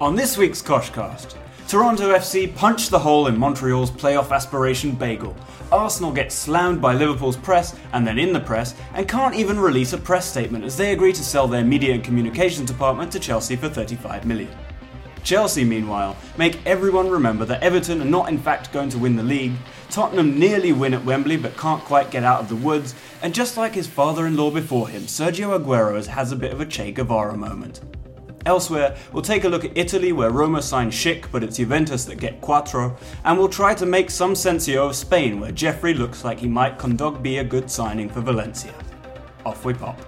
On this week's Koshcast, Toronto FC punch the hole in Montreal's playoff aspiration bagel. Arsenal get slammed by Liverpool's press and then in the press and can't even release a press statement as they agree to sell their media and communications department to Chelsea for 35 million. Chelsea, meanwhile, make everyone remember that Everton are not in fact going to win the league. Tottenham nearly win at Wembley but can't quite get out of the woods. And just like his father in law before him, Sergio Aguero has- has a bit of a Che Guevara moment. Elsewhere, we'll take a look at Italy where Roma signed Schick but it's Juventus that get Quattro. And we'll try to make some sensio of Spain where Jeffrey looks like he might condog be a good signing for Valencia. Off we pop.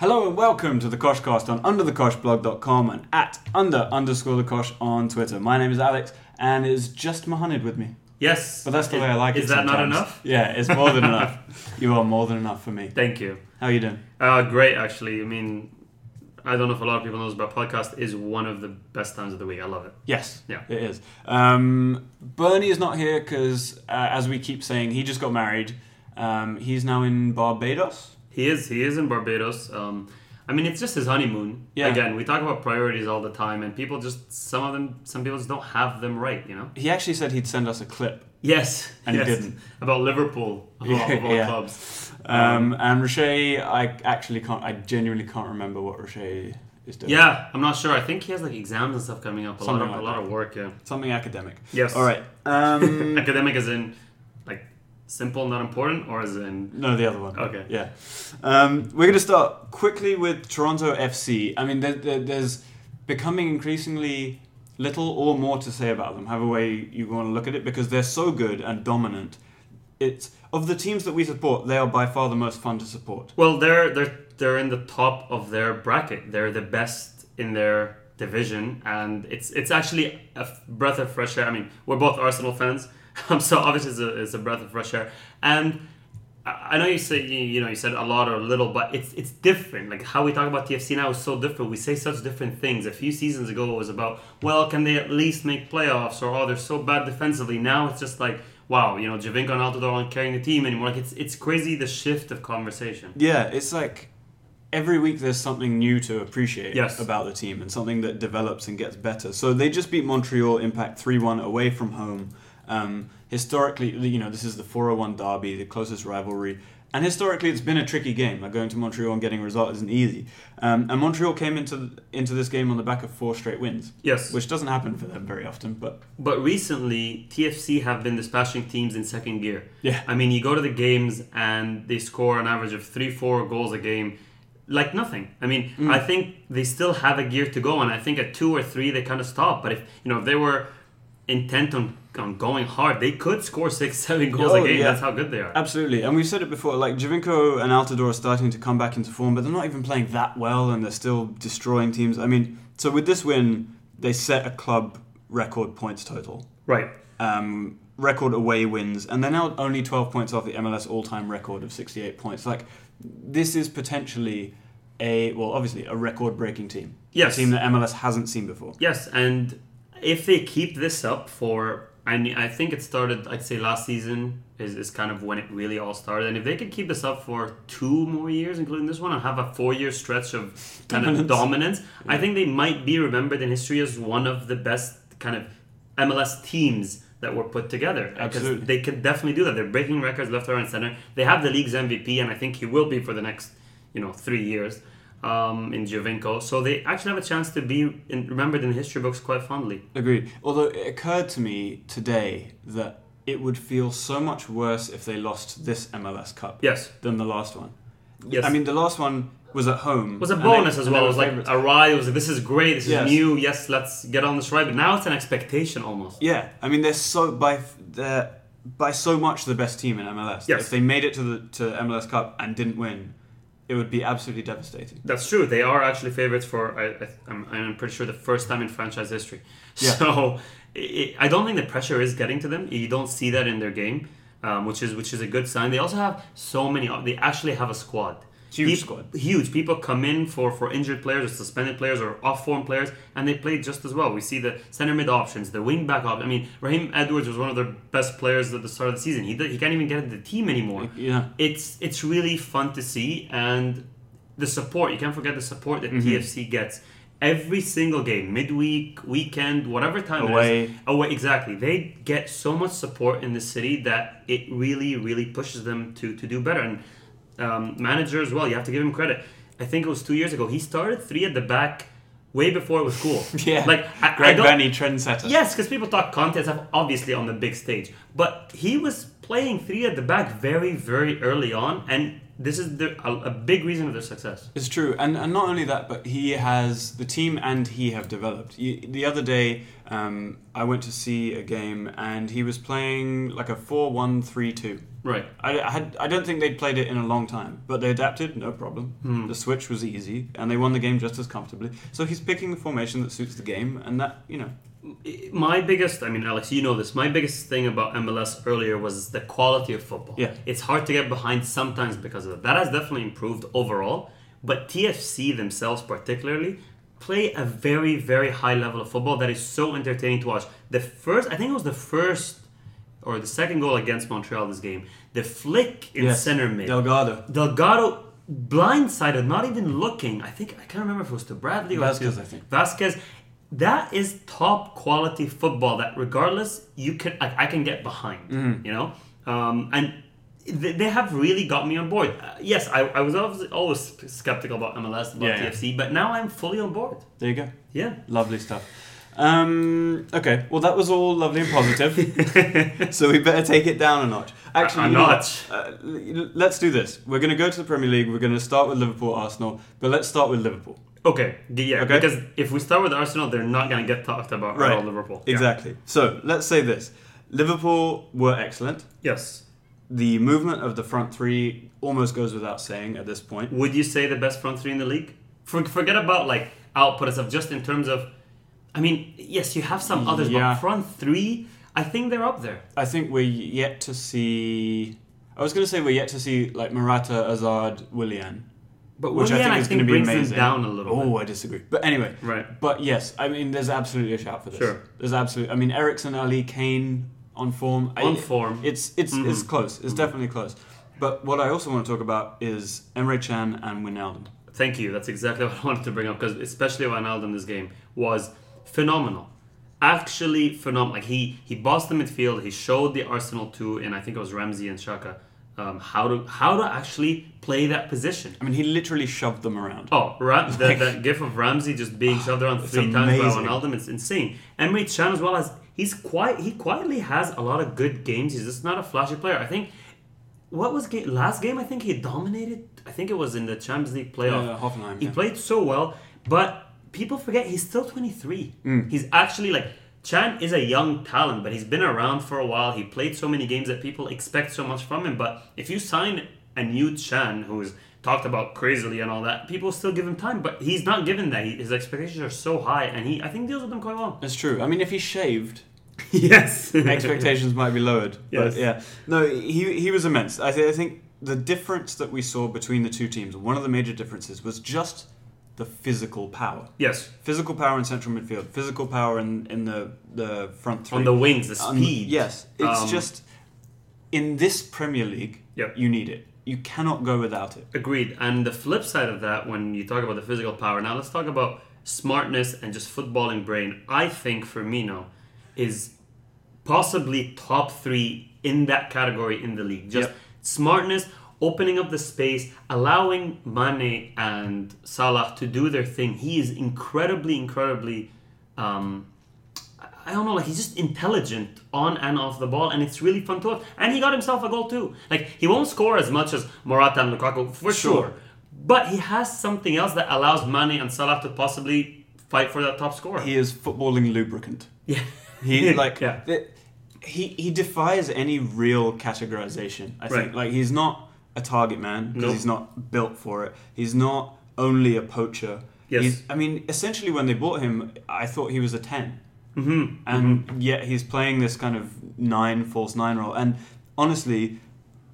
Hello and welcome to the Koshcast on underthekoshblog.com and at under underscore the Kosh on Twitter. My name is Alex and it's just Mohammed with me. Yes. But that's the Is- way I like it. Is that not sometimes. enough? Yeah, it's more than enough. You are more than enough for me. Thank you. How are you doing? Uh, great, actually. I mean, I don't know if a lot of people knows, but podcast is one of the best times of the week. I love it. Yes. Yeah. It is. Um, Bernie is not here because, uh, as we keep saying, he just got married. Um, he's now in Barbados. He is. He is in Barbados. Um, I mean, it's just his honeymoon. Yeah. Again, we talk about priorities all the time, and people just some of them, some people just don't have them right. You know. He actually said he'd send us a clip. Yes. And he yes. didn't. About Liverpool of all, of all Yeah. clubs. Um, and Roche, I actually can't, I genuinely can't remember what Roche is doing. Yeah, I'm not sure. I think he has like exams and stuff coming up. A lot Something of like a lot that. of work. Yeah. Something academic. Yes. All right. Um, Academic is in like simple, not important, or is in no, the other one. okay. Yeah. Um, we're going to start quickly with Toronto FC. I mean, there, there, there's becoming increasingly little or more to say about them, however way you want to look at it, because they're so good and dominant. It's of the teams that we support, they are by far the most fun to support. Well, they're they're they're in the top of their bracket. They're the best in their division, and it's it's actually a f- breath of fresh air. I mean, we're both Arsenal fans, um, so obviously it's a, it's a breath of fresh air. And I I know you say you you know you said a lot or little, but it's it's different. Like how we talk about TFC now is so different. We say such different things. A few seasons ago it was about well, can they at least make playoffs? Or oh, they're so bad defensively. Now it's just like wow, you know, Javinko and Altidore aren't carrying the team anymore. Like it's it's crazy the shift of conversation. Yeah, it's like every week there's something new to appreciate Yes. about the team and something that develops and gets better. So they just beat Montreal Impact 3 1 away from home. Um, historically, you know, this is the 401 derby, the closest rivalry. And historically, it's been a tricky game. Like going to Montreal and getting a result isn't easy. Um, and Montreal came into into this game on the back of four straight wins, Yes. which doesn't happen for them very often. But But recently, TFC have been dispatching teams in second gear. Yeah. I mean, you go to the games and they score an average of three, four goals a game, like nothing. I mean, Mm. I think they still have a gear to go, and I think at two or three they kind of stop. But if you know if they were intent on, on going hard, they could score six, seven goals Oh, a game. yeah. That's how good they are. Absolutely, and we've said it before. Like Javinko and Altidore are starting to come back into form, but they're not even playing that well, and they're still destroying teams. I mean, so with this win, they set a club record points total, right. um, record away wins, and they're now only twelve points off the MLS all-time record of sixty-eight points. Like this is potentially a well, obviously a record-breaking team. Yes. a team that MLS hasn't seen before. Yes, and if they keep this up for, and I think it started, I'd say last season is, is kind of when it really all started. And if they could keep this up for two more years, including this one, and have a four year stretch of kind of dominance, I think they might be remembered in history as one of the best kind of MLS teams that were put together. Because Absolutely. They could definitely do that. They're breaking records left, right, and center. They have the league's MVP, and I think he will be for the next, you know, three years um, in Jovinko. So they actually have a chance to be in, remembered in history books quite fondly. Agreed. Although it occurred to me today that it would feel so much worse if they lost this MLS Cup Yes. than the last one. Yes. I mean, the last one was at home. It was a and bonus they- as and they well. It were was like favourites. a ride. It was this is great. This Yes. is new. Yes, let's get on this ride. But now it's an expectation almost. yeah, I mean, they're so by f- they're by so much the best team in MLS. Yes. If they made it to the to MLS Cup and didn't win, it would be absolutely devastating. That's true. They are actually favorites for. I, I, I'm, I'm pretty sure the first time in franchise history. Yeah. So i I don't think the pressure is getting to them. You don't see that in their game, um, which is which is a good sign. They also have so many. They actually have a squad. Huge Peop- squad. Huge. People come in for, for injured players or suspended players or off form players, and they play just as well. We see the center mid options, the wing back option. I mean, Raheem Edwards was one of their best players at the start of the season. He, did- he can't even get in the team anymore. Yeah. It's it's really fun to see, and the support. You can't forget the support Mm-hmm. that TFC gets. Every single game, midweek, weekend, whatever time it Away. is, away exactly. They get so much support in the city that it really, really pushes them to to do better. And um, manager as well, you have to give him credit. I think it was two years ago. He started three at the back way before it was cool. Yeah. like I, I Greg don't- Benny, trendsetter. Yes, because people talk content stuff, obviously on the big stage. But he was playing three at the back very, very early on, and this is the, a, a big reason of their success. It's true, and and not only that, but he has the team, and he have developed. You, the other day, um, I went to see a game, and he was playing like a four-one-three-two. Right. I, I had I don't think they'd played it in a long time, but they adapted, no problem. Hmm. The switch was easy, and they won the game just as comfortably. So he's picking the formation that suits the game, and that you know, My biggest, I mean, Alex, you know this. My biggest thing about MLS earlier was the quality of football. Yeah. It's hard to get behind sometimes because of that. That has definitely improved overall, but TFC themselves, particularly, play a very, very high level of football that is so entertaining to watch. The first, I think it was the first or the second goal against Montreal this game, the flick in Yes. center mid. Delgado. Delgado blindsided, not even looking. I think I can't remember if it was to Bradley or Vasquez, to I think. Vasquez. That is top quality football. That regardless, you can I, I can get behind. Mm-hmm. You know, um, and they, they have really got me on board. Uh, yes, I, I was always, always skeptical about MLS about Yeah, yeah. TFC, but now I'm fully on board. There you go. Yeah. Lovely stuff. Um, okay, well that was all lovely and positive. so we better take it down a notch. Actually, A- a you know what? notch. Uh, l- l- let's do this. We're going to go to the Premier League. We're going to start with Liverpool, Arsenal, but let's start with Liverpool. Okay. Yeah. Okay. Because if we start with Arsenal, they're not gonna get talked about at all, Liverpool. Yeah. Exactly. So let's say this: Liverpool were excellent. Yes. The movement of the front three almost goes without saying at this point. Would you say the best front three in the league? For, forget about like output and stuff, just in terms of, I mean, yes, you have some others, Yeah. but front three, I think they're up there. I think we're yet to see. I was going to say we're yet to see like Morata, Azad, Willian. But which Willian, I think is going to be brings amazing. them down a little Oh, I disagree. But anyway, Right. But yes, I mean, there's absolutely a shout for this. Sure. There's absolutely. I mean, Ericsson, Ali, Kane on form. I- On form. Mm-hmm. It's it's it's close. It's definitely close. But what I also want to talk about is Emre Chan and Wijnaldum. bit. Thank you. That's exactly what I wanted to bring up because especially Wijnaldum in this game was phenomenal. Actually phenomenal. Like he he bossed the midfield. He showed the Arsenal two, and I think it was Ramsey and Shaka um, how to how to actually play that position. I mean, he literally shoved them around. Oh, Ra- the, that gif of Ramsey just being shoved around three times by amazing. Wijnaldum, it's insane. Emre Chan as well as he's quite he quietly has a lot of good games. He's just not a flashy player. I think what was game, last game? I think he dominated. I think it was in the Champions League playoff. Yeah, Uh, Hoffenheim, He yeah. played so well, but people forget he's still 23. He's actually like Chan is a young talent, but he's been around for a while. He played so many games that people expect so much from him. But if you sign a new Chan who is talked about crazily and all that, people still give him time. But he's not given that. He, his expectations are so high, and he I think deals with them quite well. That's true. I mean, if he shaved, yes. expectations might be lowered. Yes. But yeah, no, he he was immense. I, th- I think the difference that we saw between the two teams, one of the major differences, was just the physical power. yes. Physical power in central midfield. Physical power in, in the the front three. On the wings, the Um, speed. yes, it's Um, just in this Premier League, Yep. you need it. You cannot go without it. Agreed. And the flip side of that, when you talk about the physical power, now let's talk about smartness and just footballing brain. I think Firmino is possibly top three in that category in the league. Just Yep. smartness, opening up the space, allowing Mane and Salah to do their thing. He is incredibly, incredibly. Um, I- I don't know, like he's just intelligent on and off the ball, and it's really fun to watch. And he got himself a goal too. Like he won't score as much as Morata and Lukaku for sure, Sure. but he has something else that allows Mane and Salah to possibly fight for that top score. He is footballing lubricant. yeah, He like yeah. th- he he defies any real categorization. I Right. think like he's not a target man because Nope. he's not built for it. He's not only a poacher. Yes. He's, I mean, essentially, when they bought him, I thought he was a 10 mm-hmm. and yet he's playing this kind of nine false nine role. And honestly,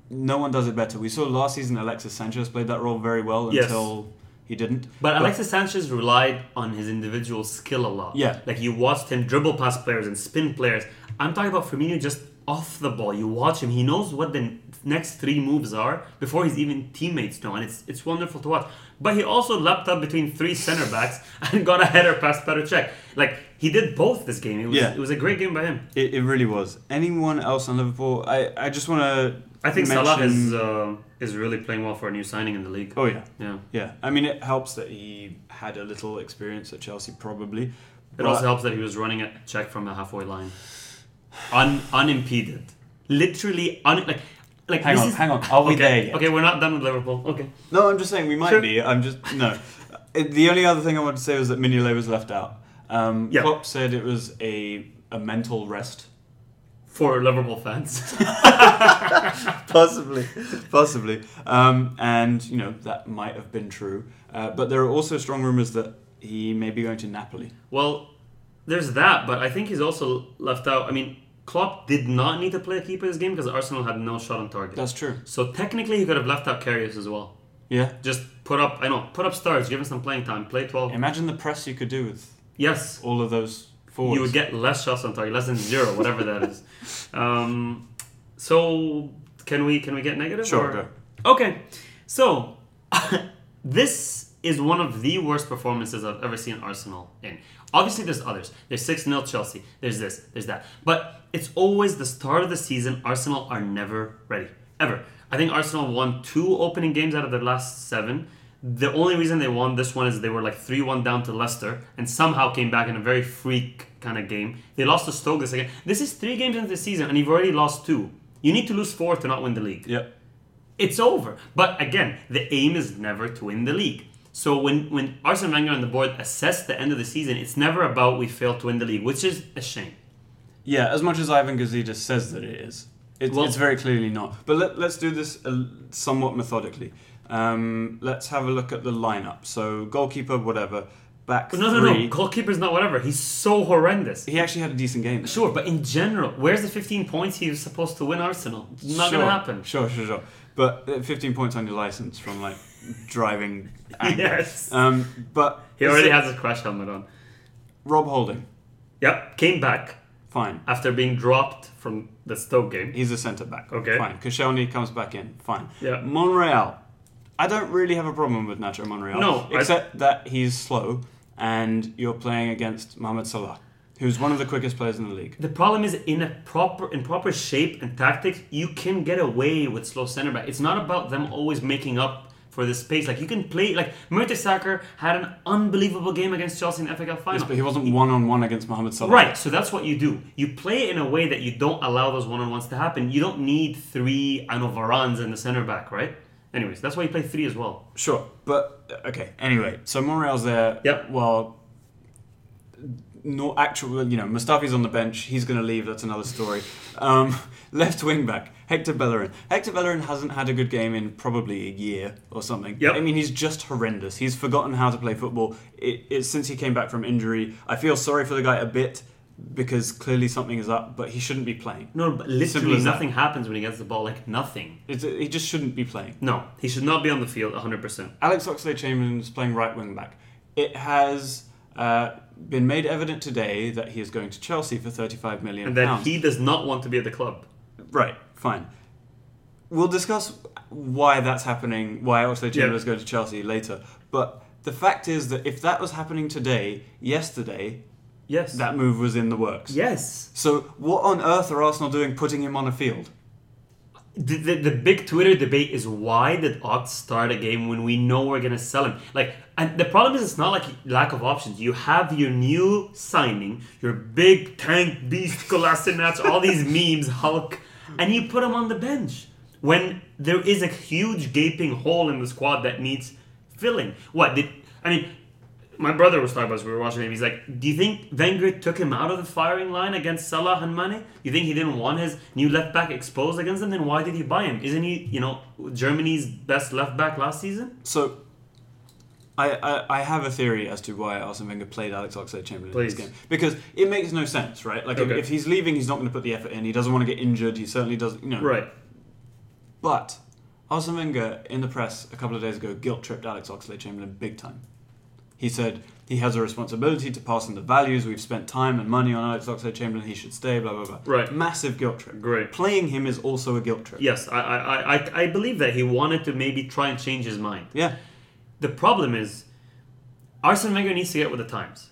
no one does it better. We saw last season Alexis Sanchez played that role very well Yes. until he didn't. But Alexis Sanchez relied on his individual skill a lot. Yeah. Like you watched him dribble past players and spin players. I'm talking about Firmino just off the ball. You watch him; he knows what the n- next three moves are before his even teammates know, and it's it's wonderful to watch. But he also lapped up between three center backs and got a header past Petr Cech. Like he did both this game. It was Yeah. it was a great game by him. It, it really was. Anyone else on Liverpool? I, I just want to. I think Salah is uh, is really playing well for a new signing in the league. Oh yeah, Yeah. yeah. I mean, it helps that he had a little experience at Chelsea, probably. It also helps that he was running a check from the halfway line, Un, unimpeded, literally un, like like Hang this on, is- hang on. Are we okay, there yet? Okay, we're not done with Liverpool. Okay, No, I'm just saying we might Sure. be. I'm just no. It, the only other thing I wanted to say was that Mignolet was left out. Um, Yeah. Klopp said it was a a mental rest. for Liverpool fans, possibly, possibly. Um, and you know that might have been true, uh, but there are also strong rumors that he may be going to Napoli. well, there's that, but I think he's also left out. I mean, Klopp did not need to play a keeper this game because Arsenal had no shot on target. That's true. so technically, he could have left out Karius as well. Yeah. Just put up, I know, put up stars, give him some playing time, play twelve. Imagine the press you could do with Yes, all of those forwards. you would get less shots on target, less than zero, whatever that is. Um, so can we can we get negative? Sure, or- Okay. So this is one of the worst performances I've ever seen Arsenal in. Obviously, there's others. There's six 0 Chelsea. There's this. There's that. But it's always the start of the season. Arsenal are never ready ever. I think Arsenal won two opening games out of their last seven. The only reason they won this one is they were like 3 1 down to Leicester and somehow came back in a very freak kind of game. They lost to Stoke this again. This is three games into the season and you've already lost two. You need to lose four to not win the league Yep. it's over. But again, the aim is never to win the league. So when when Arsene Wenger and the board assess the end of the season, it's never about we failed to win the league, which is a shame. Yeah, as much as Ivan Gazidis says that it is, it, Well- it's very clearly not. But let, let's do this uh, somewhat methodically. Um, let's have a look at the lineup. So goalkeeper, whatever, back No, no, three. no. Goalkeeper's not whatever. He's so horrendous. He actually had a decent game. Sure, but in general, where's the 15 points he was supposed to win Arsenal? Not Sure, gonna happen. Sure, sure, sure. But uh, 15 points on your license from like driving. anger. Yes. Um, but Uh, He already has his crash helmet on. Rob Holding. Yep, came back Fine. after being dropped from the Stoke game. He's a centre back. Okay. Fine. Koscielny comes back in. Fine. Yeah. Monreal. I don't really have a problem with Nacho Monreal. No, I- Except that he's slow and you're playing against Mohamed Salah, who's one of the quickest players in the league. The problem is in a proper in proper shape and tactics, you can get away with slow center back. It's not about them always making up for the space. Like you can play like Mertesacker had an unbelievable game against Chelsea in the FA Cup final. Yes, but he wasn't one on one against Mohamed Salah. Right, so that's what you do. You play in a way that you don't allow those one on ones to happen. You don't need three I know Varans in the center back, right? Anyways, that's why you play three as well. Sure. But, okay. Anyway, so Monreal's there. Yep. Well, no actual, you know, Mustafi's on the bench. He's going to leave. That's another story. Um, left wing back, Hector Bellerin. Hector Bellerin hasn't had a good game in probably a year or something. Yep. I mean, he's just horrendous. He's forgotten how to play football. It, it, since he came back from injury, I feel sorry for the guy a bit because clearly something is up, but he shouldn't be playing. No, but Simple literally as that. nothing happens when he gets the ball, like nothing. It's, he just shouldn't be playing. No, he should not be on the field 100%. Alex Oxlade Chamberlain is playing right wing back. It has uh, been made evident today that he is going to Chelsea for 35 million And then pounds. he does not want to be at the club. Right, fine. We'll discuss why that's happening, why Oxlade Chamberlain is going to Chelsea later. But the fact is that if that was happening today, yesterday, Yes. that move was in the works. Yes. So what on earth are Arsenal doing putting him on a field? The, the, the big Twitter debate is why did Ox start a game when we know we're going to sell him? Like, and the problem is it's not like lack of options. You have your new signing, your big tank beast Kolasinac, all these memes, Hulk, and you put him on the bench when there is a huge gaping hole in the squad that needs filling. What did I mean? My brother was talking about this. We were watching him. He's like, "Do you think Wenger took him out of the firing line against Salah and Mane? You think he didn't want his new left back exposed against them? Then why did he buy him? Isn't he, you know, Germany's best left back last season? So, I, I I have a theory as to why Arsene Wenger played Alex Oxlade-Chamberlain in this Please. game because it makes no sense, right? Like if, Okay. if he's leaving, he's not going to put the effort in. He doesn't want to get injured. He certainly doesn't, you know. Right. But Arsene Wenger, in the press a couple of days ago, guilt tripped Alex Oxlade Chamberlain big time. He said he has a responsibility to pass on the values. We've spent time and money on Alex Oxlade Chamberlain. He should stay, blah, blah, blah. Right. Massive guilt trip. Great. Playing him is also a guilt trip. Yes, I, I, I- I, I believe that he wanted to maybe try and change his mind. Yeah. The problem is, Arsene Wenger needs to get with the times.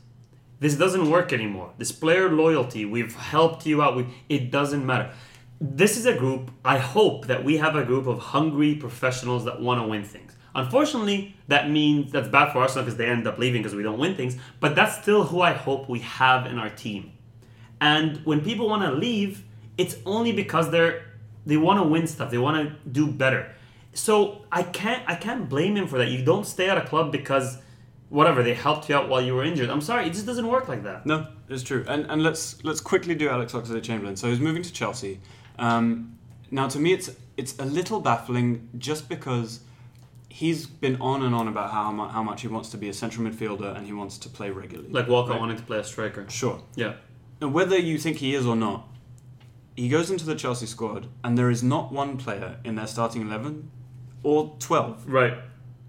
This doesn't work anymore. This player loyalty, we've helped you out. We, it doesn't matter. This is a group. I hope that we have a group of hungry professionals that want to win things. Unfortunately, that means that's bad for Arsenal because they end up leaving because we don't win things. But that's still who I hope we have in our team. And when people want to leave, it's only because they're they want to win stuff. They want to do better. So I can't I can't blame him for that. You don't stay at a club because whatever they helped you out while you were injured. I'm sorry, it just doesn't work like that. No, it's true. And and let's let's quickly do Alex Oxlade-Chamberlain. So he's moving to Chelsea. Um, now, to me, it's it's a little baffling just because he's been on and on about how mu- how much he wants to be a central midfielder and he wants to play regularly. Like Walker Right. wanted to play a striker. Sure. Yeah. Now, whether you think he is or not, he goes into the Chelsea squad and there is not one player in their starting eleven or twelve Right.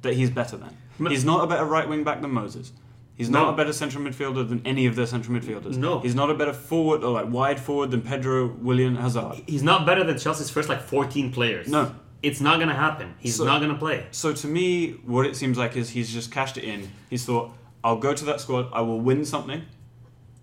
that he's better than. Ma- He's not a better right wing back than Moses. He's not a No. better central midfielder than any of their central midfielders. No. He's not a better forward or like wide forward than Pedro, William, Hazard. He's not better than Chelsea's first like 14 players. No. It's not going to happen. He's So- not going to play. So to me, what it seems like is he's just cashed it in. He's thought, I'll go to that squad, I will win something,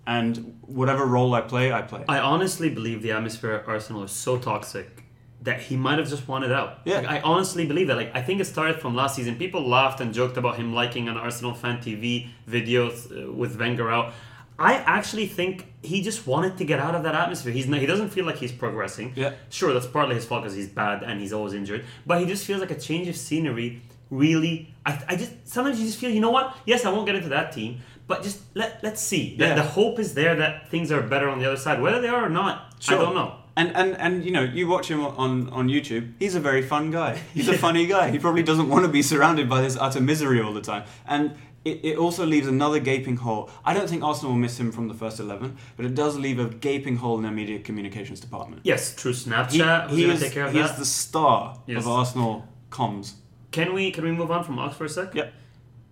and whatever role I play, I play. I honestly believe the atmosphere at Arsenal is so toxic that he might have just wanted out. Yeah. Like, I honestly believe that. Like I think it started from last season. People laughed and joked about him liking an Arsenal fan TV videos uh, with Wenger out. I actually think he just wanted to get out of that atmosphere. He's not, he doesn't feel like he's progressing. Yeah. Sure, that's partly his fault because he's bad and he's always injured. But he just feels like a change of scenery. Really, I, I just sometimes you just feel you know what? Yes, I won't get into that team, but just let let's see. The- Yeah. the hope is there that things are better on the other side, whether they are or not. Sure. I don't know. And, and and you know you watch him on on YouTube. He's a very fun guy. He's a funny guy. He probably doesn't want to be surrounded by this utter misery all the time. And it, it also leaves another gaping hole. I don't think Arsenal will miss him from the first eleven, but it does leave a gaping hole in their media communications department. Yes, true. Snapchat. Who's he gonna is, take care of he that? is the star Yes. of Arsenal comms. Can we can we move on from Ox for a sec? Yep.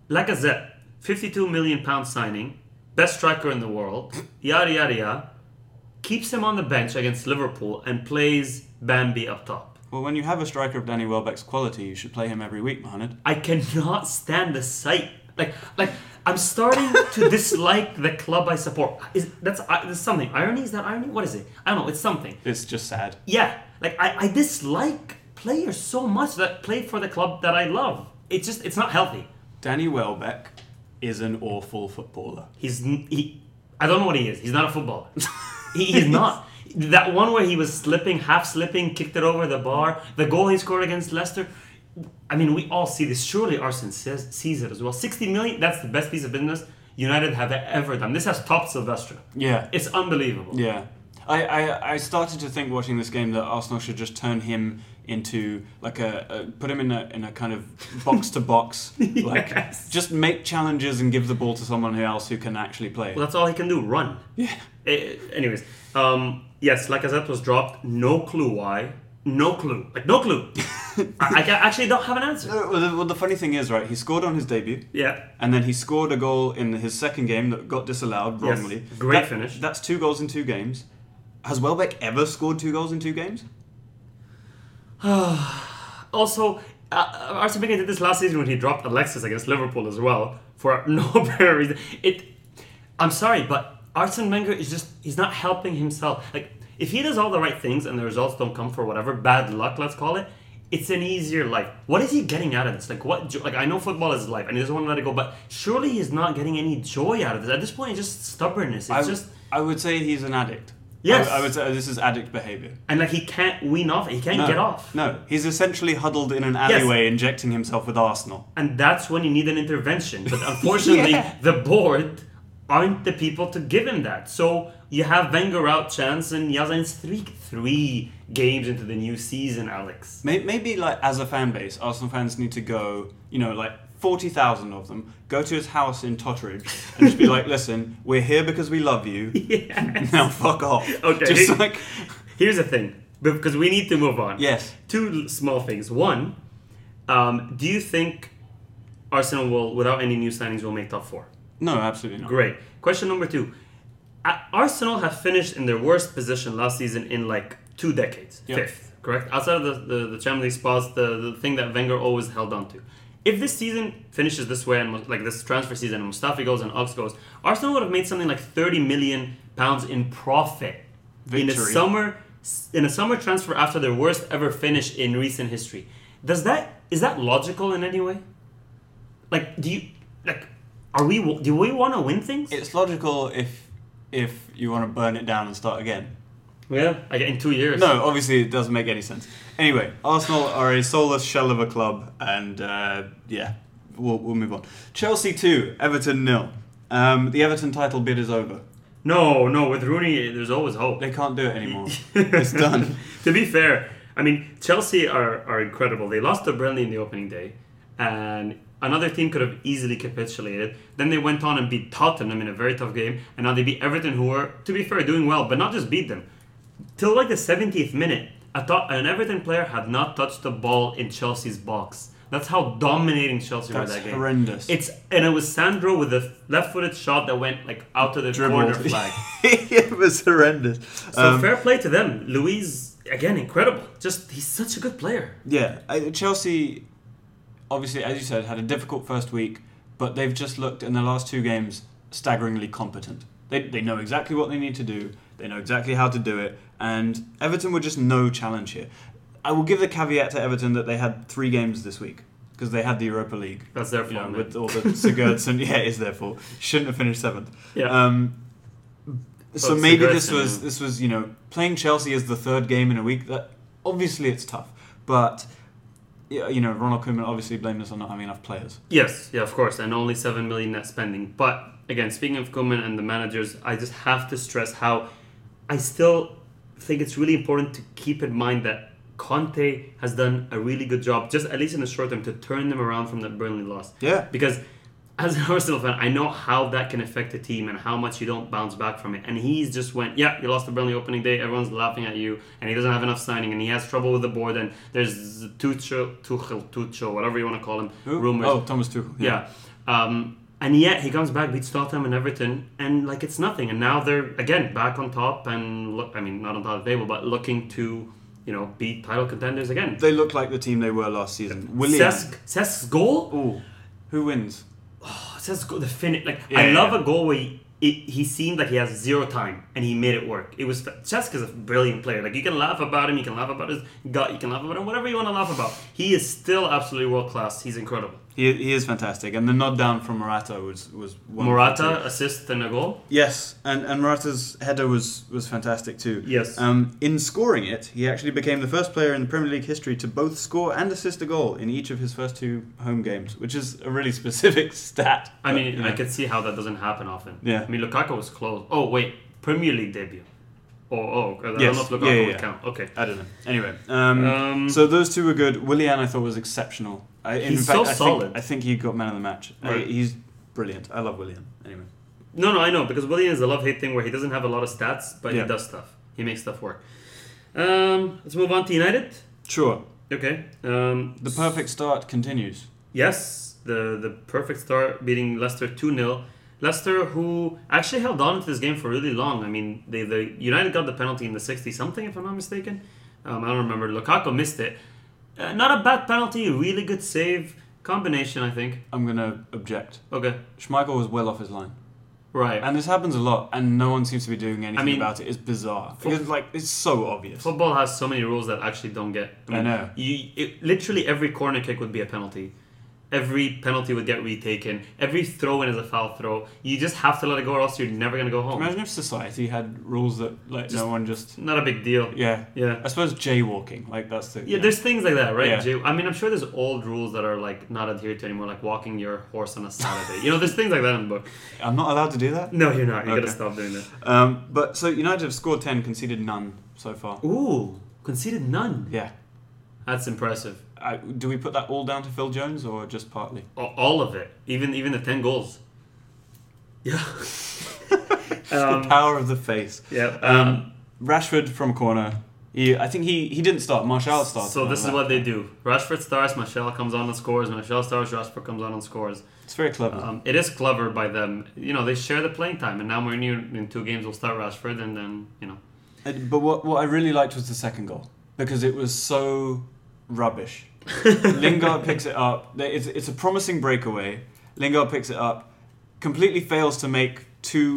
Lacazette, fifty-two million pound signing, best striker in the world. Yada yada yada. Keeps him on the bench against Liverpool and plays Bambi up top. Well, when you have a striker of Danny Welbeck's quality, you should play him every week, Mohamed. I cannot stand the sight. Like, like I'm starting to dislike the club I support. Is that's, I that's something? Irony is that irony? What is it? I don't know. It's something. It's just sad. Yeah, like I, I dislike players so much that play for the club that I love. It's just it's not healthy. Danny Welbeck is an awful footballer. He's n- he, I don't know what he is. He's not a footballer. he, he's not. That one where he was slipping, half slipping, kicked it over the bar. The goal he scored against Leicester. I mean, we all see this. Surely Arsene says, sees it as well. Sixty million—that's the best piece of business United have ever done. This has topped Silvestre. Yeah. It's unbelievable. Yeah. I, I, I started to think watching this game that Arsenal should just turn him into like a, a put him in a in a kind of box to box like Yes. just make challenges and give the ball to someone who else who can actually play. Well, that's all he can do. Run. yeah. Eh, anyways, um, yes, Lacazette was dropped. No clue why. No clue. Like no clue. I, I ca- actually don't have an answer. Uh, Well the, well, the funny thing is, right? He scored on his debut, Yeah. and then he scored a goal in his second game that got disallowed Yes. wrongly. Great That- finish. That's two goals in two games. Has Welbeck ever scored two goals in two games? Also, uh, Arsene Wenger did this last season when he dropped Alexis against Liverpool as well for no apparent reason. It. I'm sorry, but Arsene Wenger is just—he's not helping himself. Like, if he does all the right things and the results don't come for whatever bad luck, let's call it, it's an easier life. What is he getting out of this? Like, what? jo- Like, I know football is life, and he doesn't want to let it go. But surely he's not getting any joy out of this. At this point, it's just stubbornness. It's I, just I would say he's an addict. Yes. I, I would say this is addict behavior. and like he can't wean off. it. He can't No, get off. No, he's essentially huddled in an alleyway, injecting himself with Arsenal. and that's when you need an intervention. But unfortunately, Yeah. the board aren't the people to give him that. So you have Wenger out, Chance, and Yazin's three three games into the new season, Alex. May- Maybe like as a fan base, Arsenal fans need to go. You know, like forty thousand of them go to his house in Totteridge and just be like, "Listen, we're here because we love you. Yeah. Now fuck off." Okay. Just like Here's the thing. because we need to move on. Yes. Two l- small things. One, um, do you think Arsenal will, without any new signings, will make top four? No, absolutely not. Great. Question number two. A- Arsenal have finished in their worst position last season in like two decades. Yeah. Fifth, correct? Outside of the, the, the Champions League spots, the, the thing that Wenger always held on to. If this season finishes this way, and like this transfer season, and Mustafi goes and Ox goes, Arsenal would have made something like 30 million pounds in profit in a Victory. summer in a summer transfer after their worst ever finish in recent history. Does that is that logical in any way? Like, do you like? Are we do we want to win things? It's logical if if you want to burn it down and start again. Yeah, like in two years. No, obviously it doesn't make any sense. Anyway, Arsenal are a soulless shell of a club, and uh, yeah, we'll, we'll move on. Chelsea two, Everton nil. Um, the Everton title bid is over. no, no. With Rooney, there's always hope. They can't do it anymore. it's done. to be fair, I mean Chelsea are are incredible. They lost to Burnley in the opening day, and another team could have easily capitulated. Then they went on and beat Tottenham in a very tough game, and now they beat Everton, who were to be fair doing well, but not just beat them. Till like the 70th minute, I thought an Everton player had not touched the ball in Chelsea's box. That's how dominating Chelsea That's were that game. horrendous. It's and it was Sandro with a left-footed shot that went like out to the corner Dribbled. flag. it was horrendous. So Um, fair play to them. Luis again incredible. Just he's such a good player. Yeah, I- Chelsea, obviously, as you said, had a difficult first week, but they've just looked in their last two games staggeringly competent. They, they know exactly what they need to do, they know exactly how to do it, and Everton were just no challenge here. I will give the caveat to Everton that they had three games this week because they had the Europa League. That's their You fault. know, man. with all the Sigurdsson, yeah, it is their fault. Shouldn't have finished seventh. Yeah. Um, so Well, maybe this Sigurdsson, was yeah. this was you know playing Chelsea is the third game in a week. That obviously it's tough, but yeah, you know Ronald Koeman obviously blamed us on not having enough players. yes, yeah, of course, and only seven million net spending. But again, speaking of Koeman and the managers, I just have to stress how I still think it's really important to keep in mind that Conte has done a really good job, just at least in the short term, to turn them around from that Burnley loss. Yeah. Because as an Arsenal fan, I know how that can affect a team and how much you don't bounce back from it. And he's just went, yeah, you lost the Burnley opening day. Everyone's laughing at you, and he doesn't have enough signing, and he has trouble with the board. And there's Tuchel, Tuchel, Tuchel, whatever you want to call him, Who? rumors. Oh, Thomas Tuchel. Yeah. Um, and yet he comes back, beats Tottenham and Everton, and like it's nothing. And now they're again back on top, and look, I mean not on top of the table, but looking to you know be title contenders again. They look like the team they were last season. William. Cesc, Cesc goal. Ooh, who wins? Oh, Cesc goal. The finish. Like Yeah, I yeah, love yeah. a goal where he, it, he seemed like he has zero time and he made it work. It was Cesc is a brilliant player. Like you can laugh about him, you can laugh about his gut, you can laugh about him, whatever you want to laugh about. He is still absolutely world class. He's incredible. He, he is fantastic, and the nod down from Morata was was wonderful too. Morata assist and a goal. Yes, and, and Morata's header was, was fantastic too. Yes. Um, in scoring it, he actually became the first player in Premier League history to both score and assist a goal in each of his first two home games, which is a really specific stat. I but, mean, you know. I could see how that doesn't happen often. Yeah. I mean, Lukaku was close. Oh wait, Premier League debut. Oh, oh, I Yes. don't know if Yeah, Lukaku yeah, would yeah. count. Okay. I don't know. Anyway, um, Um, so those two were good. Willian, I thought, was exceptional. I, in He's fact, so I think, solid. I think he got man of the match. I- Right. he's brilliant. I love Willian. Anyway, No, no, I know because William is a love hate thing where he doesn't have a lot of stats, but Yeah. he does stuff. He makes stuff work. Um, let's move on to United. sure. Okay. Um, The perfect start continues. Yes, the the perfect start beating Leicester 2 0. Leicester, who actually held on to this game for really long. I mean, they the United got the penalty in the 60 something, if I'm not mistaken. Um, I don't remember. Lukaku missed it. Uh, not a bad penalty, really good save combination, I think. I'm gonna object. Okay, Schmeichel was well off his line. right. And this happens a lot, and no one seems to be doing anything I mean- about it. It's bizarre. Because, like, it's so obvious. Football has so many rules that actually don't get. I know. You, it, literally every corner kick would be a penalty. Every penalty would get retaken. Every throw in is a foul throw. You just have to let it go, or else you're never gonna go home. Imagine if society had rules that, like, Just- no one just. Not a big deal. Yeah. Yeah. I suppose jaywalking, like, that's the. Yeah, there's things like that, right? Yeah. Jay? I mean, I'm sure there's old rules that are like not adhered to anymore, like walking your horse on a Saturday. you know, there's things like that in the book. I'm not allowed to do that. No, you're not. You Okay. gotta stop doing that. Um, but, so United have scored 10, conceded none so far. Ooh, conceded none. Yeah. That's impressive. I, do we put that all down to Phil Jones or just partly? A- All of it, even even the ten goals. Yeah. the power of the face. yeah. Um, Um, Rashford from a corner, He, I think he, he didn't start. Martial started. So this is what they do. Rashford starts, Michelle comes on and scores. Michelle starts, Rashford comes on and scores. It's very clever. Um, it is clever by them. You know, they share the playing time, and now Mourinho in two games will start Rashford, and then you know. Uh, But what, what I really liked was the second goal because it was so rubbish. Lingard picks it up. There- It's, it's a promising breakaway. Lingard picks it up, completely fails to make two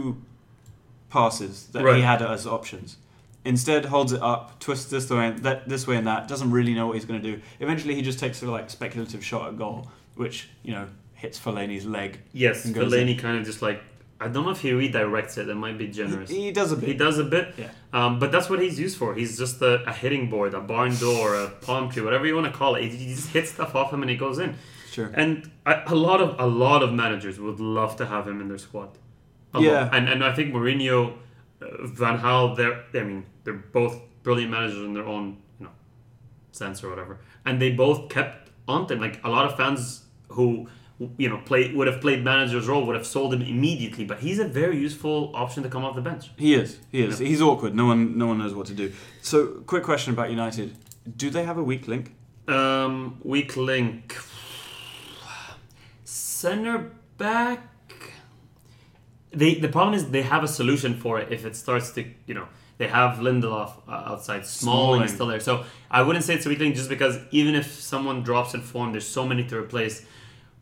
passes that he Right. had as options. Instead, holds it up, twists this way, and that, this way and that. Doesn't really know what he's going to do. Eventually, he just takes a like speculative shot at goal, which you know hits Fellaini's leg. Yes, And goes Fellaini kind of just like I don't know if he redirects it. That might be generous. He does a bit. He does a bit, Yeah. um, but that's what he's used for. He's just a, a hitting board, a barn door, a palm tree, whatever you want to call it. He, he just hits stuff off him and it goes in. Sure. And I, a lot of a lot of managers would love to have him in their squad. A lot. Yeah. and and I think Mourinho, uh, Van Gaal, they're I mean they're both brilliant managers in their own you know sense or whatever, and they both kept on them. Like a lot of fans who you know play would have played manager's role would have sold him immediately, but he's a very useful option to come off the bench. He is. He is. He's awkward. No one. No one knows what to do. So, quick question about United: Do they have a weak link? Um, weak link. Center back. They the problem is they have a solution for it if it starts to you know they have Lindelof uh, outside Smalling Smalling. is still there so I wouldn't say it's a weak link just because even if someone drops in form there's so many to replace.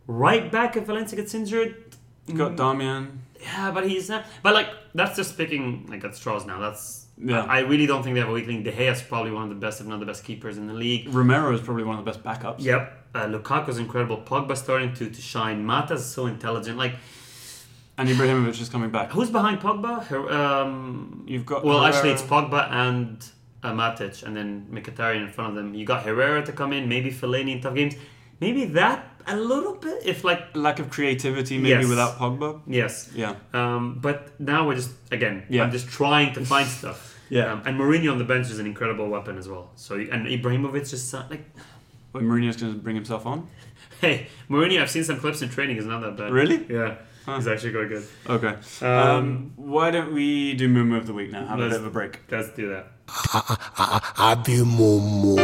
Right back if Valencia gets injured, You've got Mm. Damian. yeah, but he's not. But like that's just picking like at straws now. That's Yeah. I, I really don't think they have a weak link. De Gea is probably one of the best, if not the best, keepers in the league. Romero is probably one of the best backups. Yep. Uh, Lukaku's incredible. Pogba's starting to, to shine. Mata's so intelligent. Like, And Ibrahimovic is coming back. who's behind Pogba? Her- um, You've got. well, Herrera. actually, it's Pogba and uh, Matic, and then Mkhitaryan in front of them. You got Herrera to come in, maybe Fellaini in tough games. Maybe that a little bit, if like, lack of creativity, maybe Yes. without Pogba. yes. Yeah. Um, but now we're just, again, Yeah. I'm just trying to find stuff. Yeah. Um, and Mourinho on the bench is an incredible weapon as well. So, and Ibrahimovic just, sound- like, When Mourinho's going to bring himself on. hey, Mourinho, I've seen some clips in training, is not that bad. Really? Yeah. Huh. He's actually quite good. Okay. Um, Um, why don't we do Mumu of the week now? Have a Let's- bit of a break. Let's do that. Happy Momo.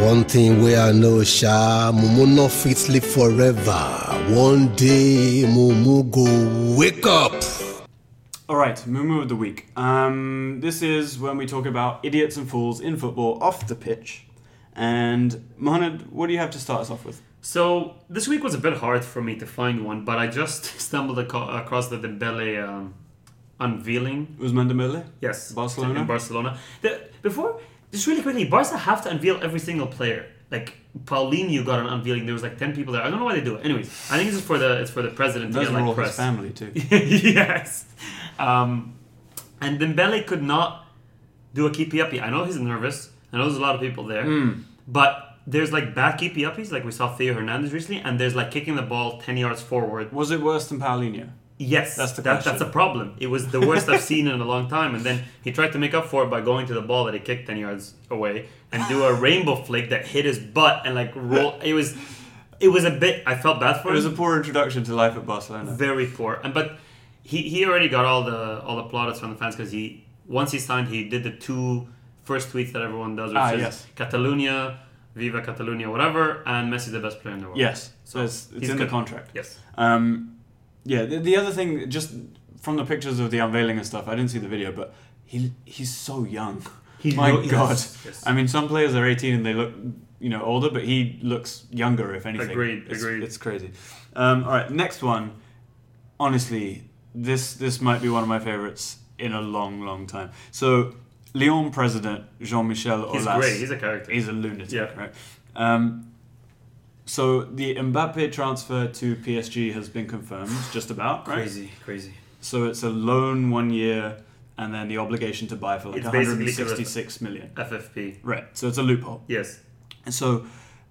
One thing where I know, Sha, Momo not fit sleep forever. One day, Momo go wake up. All right, Mumu of the week. Um, this is when we talk about idiots and fools in football off the pitch. And Mohamed, what do you have to start us off with? So this week was a bit hard for me to find one, but I just stumbled aco- across the Dembele um, unveiling. Usman Dembele. Yes, Barcelona? in Barcelona. The, before, just really quickly, Barca have to unveil every single player. Like Paulinho got an unveiling. There was like ten people there. I don't know why they do it. Anyways, I think this is for the it's for the president Those to were get all like his press. family too. yes. Um, and Dembele could not do a keepy uppy. I know he's nervous. I know there's a lot of people there. Hmm. But there's like bad keepy uppies, like we saw Theo Hernandez recently, and there's like kicking the ball 10 yards forward. Was it worse than Paulinho? Yes, That's the that, question. that's a problem. It was the worst I've seen in a long time. And then he tried to make up for it by going to the ball that he kicked 10 yards away and do a rainbow flick that hit his butt and like roll. It was. It was a bit. I felt bad for It him was a poor introduction to life at Barcelona. very poor. And but he, he already got all the all the plaudits from the fans because he once he signed he did the two first tweets that everyone does, which Ah, is yes. Catalunya, Viva Catalunya, whatever, and Messi the best player in the world. Yes, so it's, it's he's in the good. contract. Yes. Um, yeah. The, the other thing, just from the pictures of the unveiling and stuff, I didn't see the video, but he he's so young. He My lo- yes, God. yes. I mean, some players are 18 and they look you know older, but he looks younger. If anything, Agreed, It's, agreed. It's crazy. Um, all right, next one. Honestly, this this might be one of my favorites in a long, long time. So. Lyon president Jean-Michel Aulas. He's great. He's a character. He's a lunatic, Yeah. right? Um, so the Mbappe transfer to PSG has been confirmed, just about, right? crazy, crazy. So it's a loan one year, and then the obligation to buy for like It's basically 166 million. FFP. Right. So it's a loophole. Yes. And so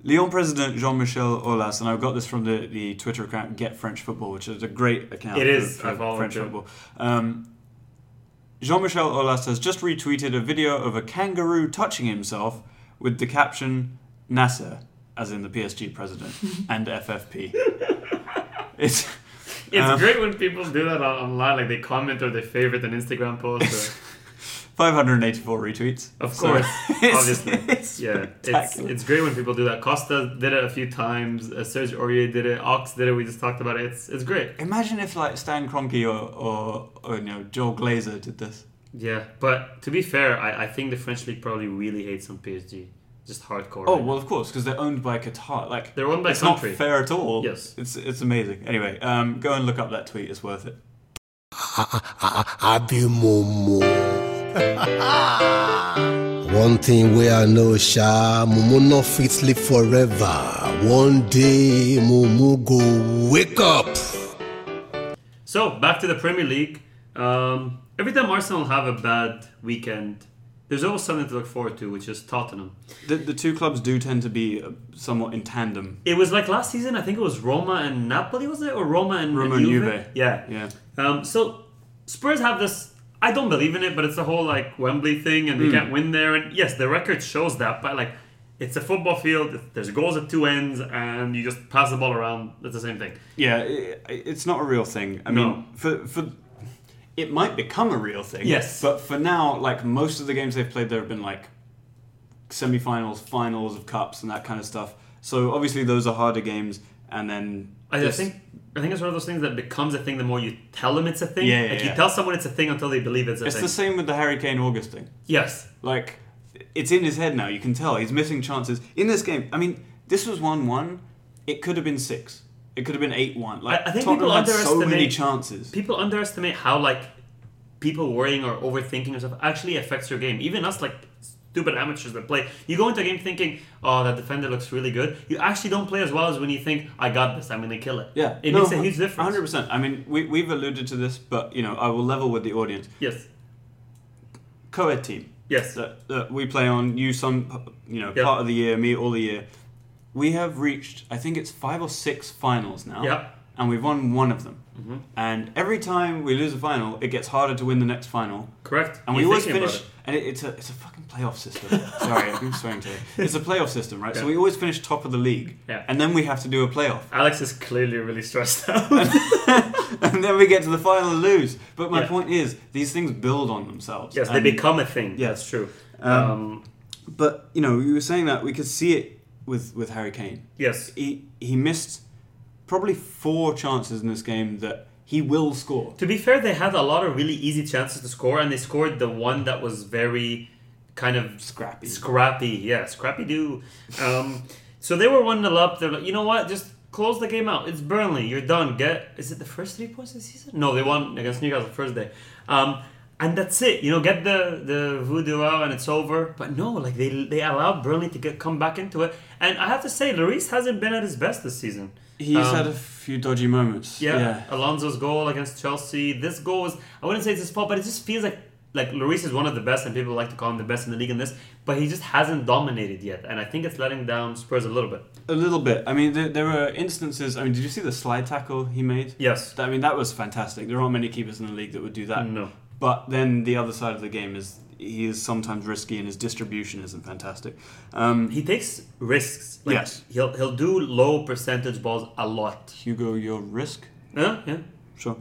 Lyon president Jean-Michel Aulas, and I've got this from the, the Twitter account Get French Football, which is a great account. It is. for, I for follow French it too. football. Um, Jean-Michel Aulas has just retweeted a video of a kangaroo touching himself with the caption "Nasser," as in the PSG president and FFP. It's It's Um, great when people do that on- online, like they comment or they favorite an Instagram post. Or, 584 retweets. Of So course, it's- obviously, it's yeah, it's, spectacular. it's great when people do that. Costa did it a few times. Uh, Serge Aurier did it. Ox did it. We just talked about it. It's it's great. Imagine if like Stan Kroenke or, or, or you know Joel Glazer did this. Yeah, but to be fair, I, I think the French league probably really hates on PSG, just hardcore. Oh well, of course, because they're owned by Qatar. Like They're owned by it's country. not fair at all. Yes. it's it's amazing. Anyway, um, go and look up that tweet. It's worth it. Abi Momo. One thing where I know, Sha, Momo not fit sleep forever. One day, Momo go wake up. So back to the Premier League. Um, every time Arsenal have a bad weekend, there's always something to look forward to, which is Tottenham. The, the two clubs do tend to be uh, somewhat in tandem. It was like last season. I think it was Roma and Napoli, was it, or Roma and Roma and Juve? Juve. Yeah, Yeah, Um, so Spurs have this. I don't believe in it, but it's a whole like Wembley thing, and they Hmm. can't win there. And yes, the record shows that, but like it's a football field. There's goals at two ends, and you just pass the ball around. It's the same thing. yeah. i i- it's not a real thing. I No. mean, for for it might become a real thing. Yes. but for now, like most of the games they've played, there have been like semi-finals, finals of cups, and that kind of stuff. So obviously, those are harder games. And then I, I this- think I think it's one of those things that becomes a thing the more you tell them it's a thing. Yeah, yeah, like you yeah. tell someone it's a thing until they believe it's a it's thing. the same with the Harry Kane August thing. yes. Like, it's in his head now. You can tell he's missing chances in this game. I mean, this was one-one. It could have been six. It could have been eight-one. Like I- I think Tottenham people had so underestimate- many chances. people underestimate how like people worrying or overthinking yourself actually affects your game. Even us like stupid amateurs that play, you go into a game thinking, "Oh, that defender looks really good." You actually don't play as well as when you think, "I got this. I'm gonna kill it." Yeah, it makes a huge difference. Hundred percent. I mean, we we've alluded to this, but you know, I will level with the audience. Yes, Co-ed team. yes, that, that we play on you some you know Yeah. part of the year me all the year we have reached i think it's five or six finals now Yeah. and we've won one of them Mm-hmm. and every time we lose a final it gets harder to win the next final correct. and we You're always thinking about finish it. and it, it's a it's a fucking playoff system sorry i've been swearing today it's a playoff system right Yeah. so we always finish top of the league Yeah. and then we have to do a playoff Alex is clearly really stressed out. and then we get to the final and lose but my Yeah. point is these things build on themselves yes, they And- become a thing. Yeah. that's true. Um, but you know you were saying that we could see it with with harry kane yes, he he missed probably four chances in this game that he will score. To be fair, they had a lot of really easy chances to score, and they scored the one that was very kind of Scrappy. Scrappy, yeah, scrappy do. Um, so they were one 0 up. They're like, you know what? Just close the game out. It's Burnley. You're done. Get. Is it the first three points this season? No, they won against Newcastle first day. Um, and that's it. You know, get the the voodoo out, and it's over. But no, like they they allowed Burnley to get come back into it. And I have to say, Lloris hasn't been at his best this season. He's Um, had a few dodgy moments. yeah, Alonso's goal against Chelsea. This goal was I wouldn't say it's his fault, but it just feels like like Lloris is one of the best, and people like to call him the best in the league in this, but he just hasn't dominated yet, and I think it's letting down Spurs a little bit. a little bit. I mean, there, there were instances. I mean, did you see the slide tackle he made? Yes. I mean, that was fantastic. There aren't many keepers in the league that would do that. No. But then the other side of the game is he is sometimes risky and his distribution isn't fantastic. Um, He takes risks. Yes. He'll he'll do low percentage balls a lot. Hugo, your risk. Yeah, yeah. Sure.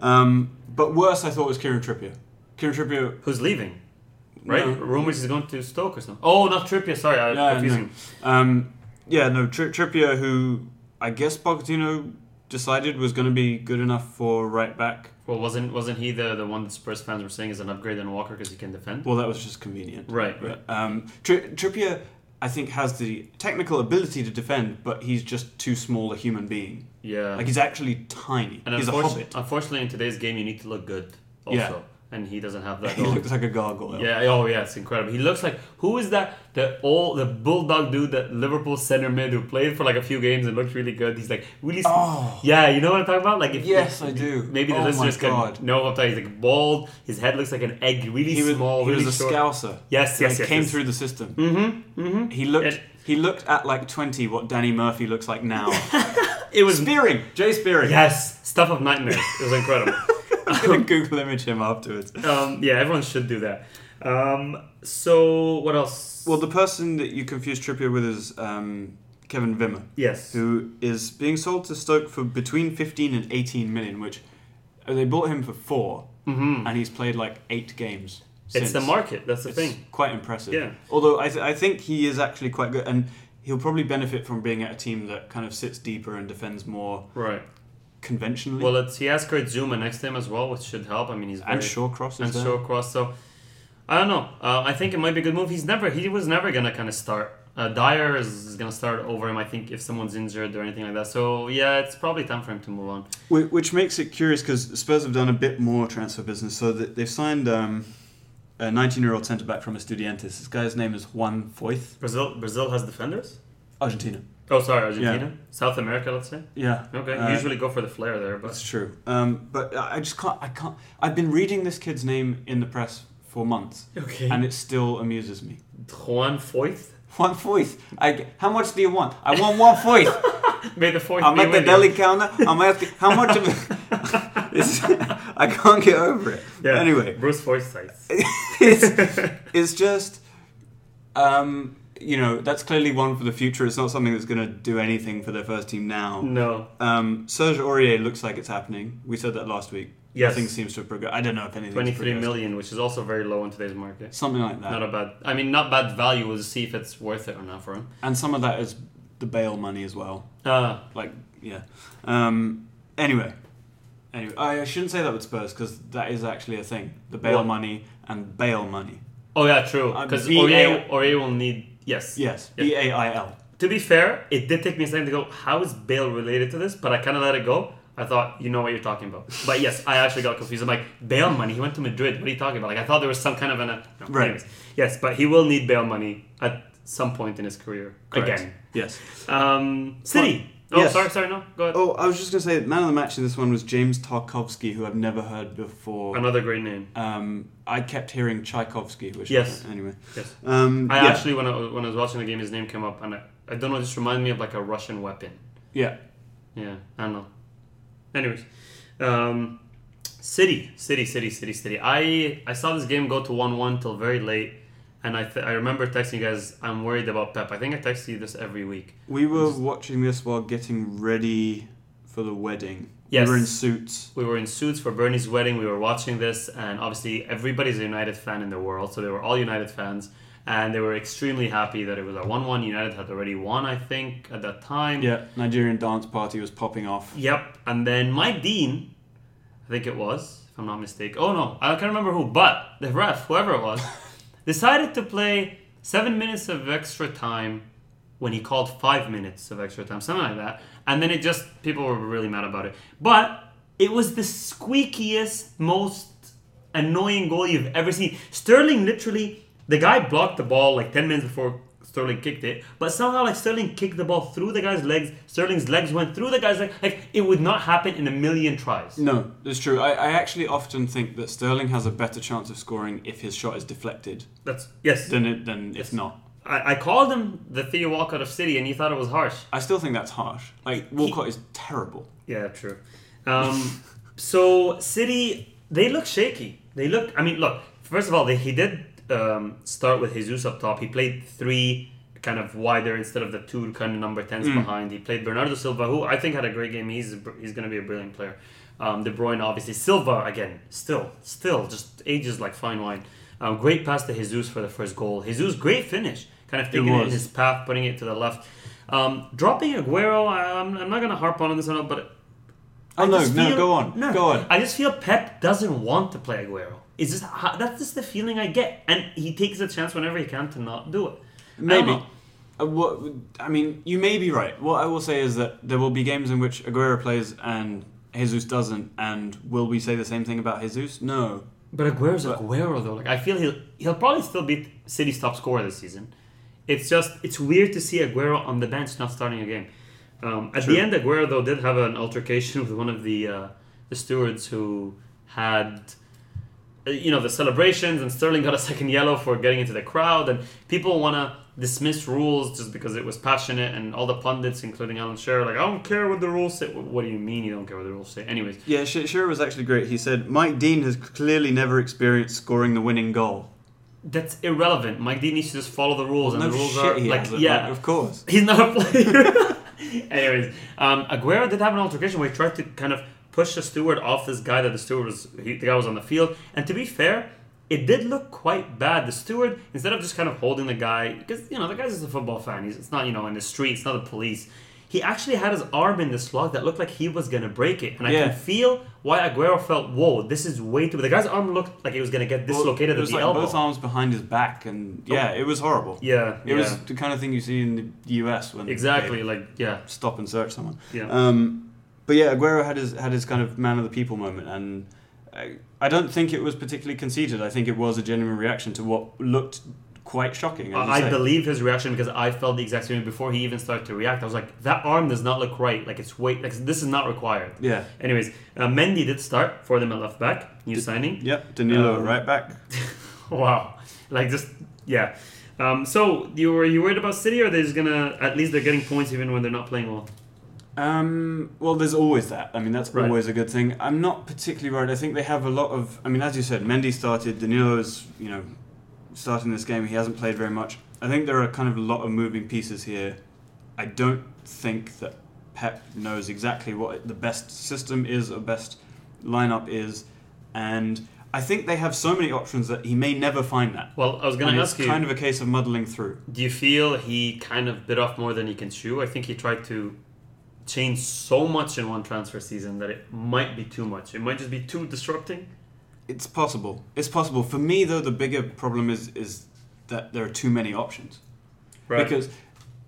Um, but worse, I thought was Kieran Trippier. Kieran Trippier Who's leaving? Right? No. Rumors he's going to Stoke or something. Oh, not Trippier. Sorry, I'm Yeah, confusing. no. Um, yeah, no. Tri- Trippier, who I guess Pochettino decided was going to be good enough for right back. Well, wasn't wasn't he the the one that Spurs fans were saying is an upgrade on Walker because he can defend? Well, that was just convenient. Right, right. But, um, Tri- Trippier, I think, has the technical ability to defend, but he's just too small a human being. Yeah. Like he's actually tiny. And he's a unfortu- hobbit. Unfortunately, oh, in today's game, you need to look good also. Yeah. And he doesn't have that. He at all. looks like a gargoyle. yeah, oh yeah, it's incredible. He looks like who is that? The all the bulldog dude that Liverpool center mid who played for like a few games and looked really good. He's like really, s- Oh. yeah, you know what I'm talking about? Like if Yes, if- I do. Maybe the Oh my listeners can God. know what I'm talking. He's like bald. His head looks like an egg. Really He was, small. he really was a short. scouser. Yes, And yes, he yes, came yes. through the system. Mm-hmm, mm-hmm. He looked. It- he looked at like twenty what Danny Murphy looks like now. It was Spearing, Jay Spearing. yes, stuff of nightmares. It was incredible. I'm gonna Google image him afterwards. um, yeah, everyone should do that. Um, so what else? Well, the person that you confuse Trippier with is um, Kevin Vimmer, yes. who is being sold to Stoke for between 15 and 18 million, which uh, they bought him for 4 and he's played like eight games Mm-hmm. It's the since. market. That's the It's thing. quite impressive. Yeah. Although I, th- I think he is actually quite good, and he'll probably benefit from being at a team that kind of sits deeper and defends more Right. conventionally. Well, it's, he has Kurt Zuma next to him as well, which should help. I mean, he's very, and Shawcross is and there. Shawcross. So I don't know. Uh, I think it might be a good move. He's never. He was never gonna kind of start. Uh, Dyer is, is gonna start over him. I think if someone's injured or anything like that. So yeah, it's probably time for him to move on. Whi- Which makes it curious because Spurs have done a bit more transfer business. So that they've signed um, a 19-year-old centre back from Estudiantes. This guy's name is Juan Foyth, Brazil. Brazil has defenders. Argentina. Oh, sorry, Argentina, South America. Let's say. Yeah. Okay. Uh, Usually go for the flair there, but That's true. Um, but I I just can't. I can't. I've been reading this kid's name in the press for months, okay. and it still amuses me. Juan Foyth. One fourth. I g- how much do you want? I want one fourth. May the fourth I'm be at the with you. deli counter. I'm asking how much of it. This- I can't get over it. Yeah. Anyway, Bruce Forsyth. it's, it's just, um, you know, that's clearly one for the future. It's not something that's going to do anything for their first team now. no. Um, Serge Aurier looks like it's happening. We said that last week. Yes. Nothing seems to have progressed. I don't know if anything. Twenty-three million, which is also very low in today's market. Something like that. Not a bad. I mean, not bad value. We'll see if it's worth it or not for him. and some of that is the bail money as well. Uh, like yeah. Um, anyway, anyway, I shouldn't say that with Spurs because that is actually a thing: the bail What? money and bail money. oh yeah, true. Uh, Because B- Aurier, Aurier will need yes. Yes, Yeah. B A I L. To be fair, it did take me a second to go. How is Bale related to this? But I kind of let it go. I thought you know what you're talking about. But yes, I actually got confused. I'm like Bale money. He went to Madrid. What are you talking about? Like I thought there was some kind of an uh, no, Right. anyways. Yes, but he will need Bale money at some point in his career Correct. again. Yes. Um, City. Well, Oh, yes. sorry, sorry, no. Go ahead. Oh, I was just gonna say, man of the match in this one was James Tarkovsky, who I've never heard before. Another great name. Um, I kept hearing Tchaikovsky, which Yes. anyway. Yes. Um, I yeah, actually, when I, when I was watching the game, his name came up, and I, I don't know, it just reminded me of like a Russian weapon. yeah, Yeah, I don't know. Anyways, um, City, City, City, City, City. I I saw this game go to one one till very late, and I th- I remember texting you guys. I'm worried about Pep. I think I text you this every week. we were watching this while getting ready for the wedding. Yes. we were in suits. We were in suits for Bernie's wedding. We were watching this, and obviously everybody's a United fan in the world, so they were all United fans, and they were extremely happy that it was a one-one. United had already won, I think, at that time. Yeah, Nigerian dance party was popping off. Yep. And then Mike Dean, I think it was, if I'm not mistaken. Oh no, I can't remember who, but the ref, whoever it was, decided to play seven minutes of extra time when he called five minutes of extra time, something like that. And then it just people were really mad about it. But it was the squeakiest, most annoying goal you've ever seen. Sterling literally, the guy blocked the ball like 10 minutes before Sterling kicked it, but somehow like Sterling kicked the ball through the guy's legs. Sterling's legs went through the guy's leg. Like it would not happen in a million tries. No, that's true. I, I actually often think that Sterling has a better chance of scoring if his shot is deflected That's yes. than it, than if not. I, I called him the Theo Walcott of City, and you thought it was harsh. I still think that's harsh. Like Walcott is terrible. Yeah, true. Um, so City, they look shaky. They look. I mean, look. First of all, they, he did um, start with Jesus up top. He played three kind of wider instead of the two kind of number tens behind. He played Bernardo Silva, who I think had a great game. He's a br- he's going to be a brilliant player. Um, De Bruyne, obviously. Silva again, still, still, just ages like fine wine. Um, great pass to Jesus for the first goal. Jesus, great finish. Kind of taking it in was. his path, putting it to the left. Um, dropping Aguero, I, I'm, I'm not going to harp on this one, but Oh no, just no, feel- go on, no, go on. I just feel Pep doesn't want to play Aguero. Is this how- that's just the feeling I get, and he takes a chance whenever he can to not do it. I don't Maybe. know. Uh, what, I mean, you may be right. What I will say is that there will be games in which Aguero plays and Jesus doesn't, and will we say the same thing about Jesus? No. But Aguero's Aguero though. Like I feel he'll he'll probably still beat City's top scorer this season. It's just it's weird to see Aguero on the bench not starting a game. Um, at the True. end, Aguero though did have an altercation with one of the uh, the stewards who had uh, you know the celebrations and Sterling got a second yellow for getting into the crowd and people want to dismiss rules just because it was passionate and all the pundits including Alan Shearer are like I don't care what the rules say what do you mean you don't care what the rules say anyways Yeah, Sh- Shearer was actually great. He said Mike Dean has clearly never experienced scoring the winning goal. that's irrelevant Mike Dean needs to just follow the rules No and the rules shit, are he like hasn't, yeah like, of course. He's not a player. Anyways, um, Aguero did have an altercation where he tried to kind of push the steward off this guy that the steward was he, the guy was on the field. And to be fair, it did look quite bad. The steward, instead of just kind of holding the guy, because you know the guy's just a football fan. He's it's not you know in the street. It's not the police. He actually had his arm in this lock that looked like he was gonna break it, and I Yeah. can feel why Aguero felt, "Whoa, this is way too." The guy's arm looked like he was gonna get dislocated it was at the like elbow. both arms behind his back, and yeah, it was horrible. Yeah, It was yeah. the kind of thing you see in the US when Exactly, they like yeah, stop and search someone. Yeah. Um, but yeah, Aguero had his had his kind of man of the people moment, and I, I don't think it was particularly conceited. I think it was a genuine reaction to what looked quite shocking. as you I I say. believe his reaction because I felt the exact same way before he even started to react. I was like, that arm does not look right. Like it's weight. Like this is not required. Yeah. Anyways, uh, Mendy did start for them at left back. New signing. Yep, Danilo Um, right back. Wow. Like just yeah. Um, so you were you worried about City or they're just gonna at least they're getting points even when they're not playing well. Um, well, there's always that. I mean, that's Right. always a good thing. I'm not particularly worried. I think they have a lot of. I mean, as you said, Mendy started. Danilo's, you know, starting this game. He hasn't played very much. I think there are kind of a lot of moving pieces here. I don't think that Pep knows exactly what the best system is or best lineup is, and I think they have so many options that he may never find that. Well, I was gonna And it's ask you. kind of a case of muddling through. Do you feel he kind of bit off more than he can chew? I think he tried to change so much in one transfer season that it might be too much. It might just be too disrupting. It's possible. It's possible. For me, though, the bigger problem is is that there are too many options. Because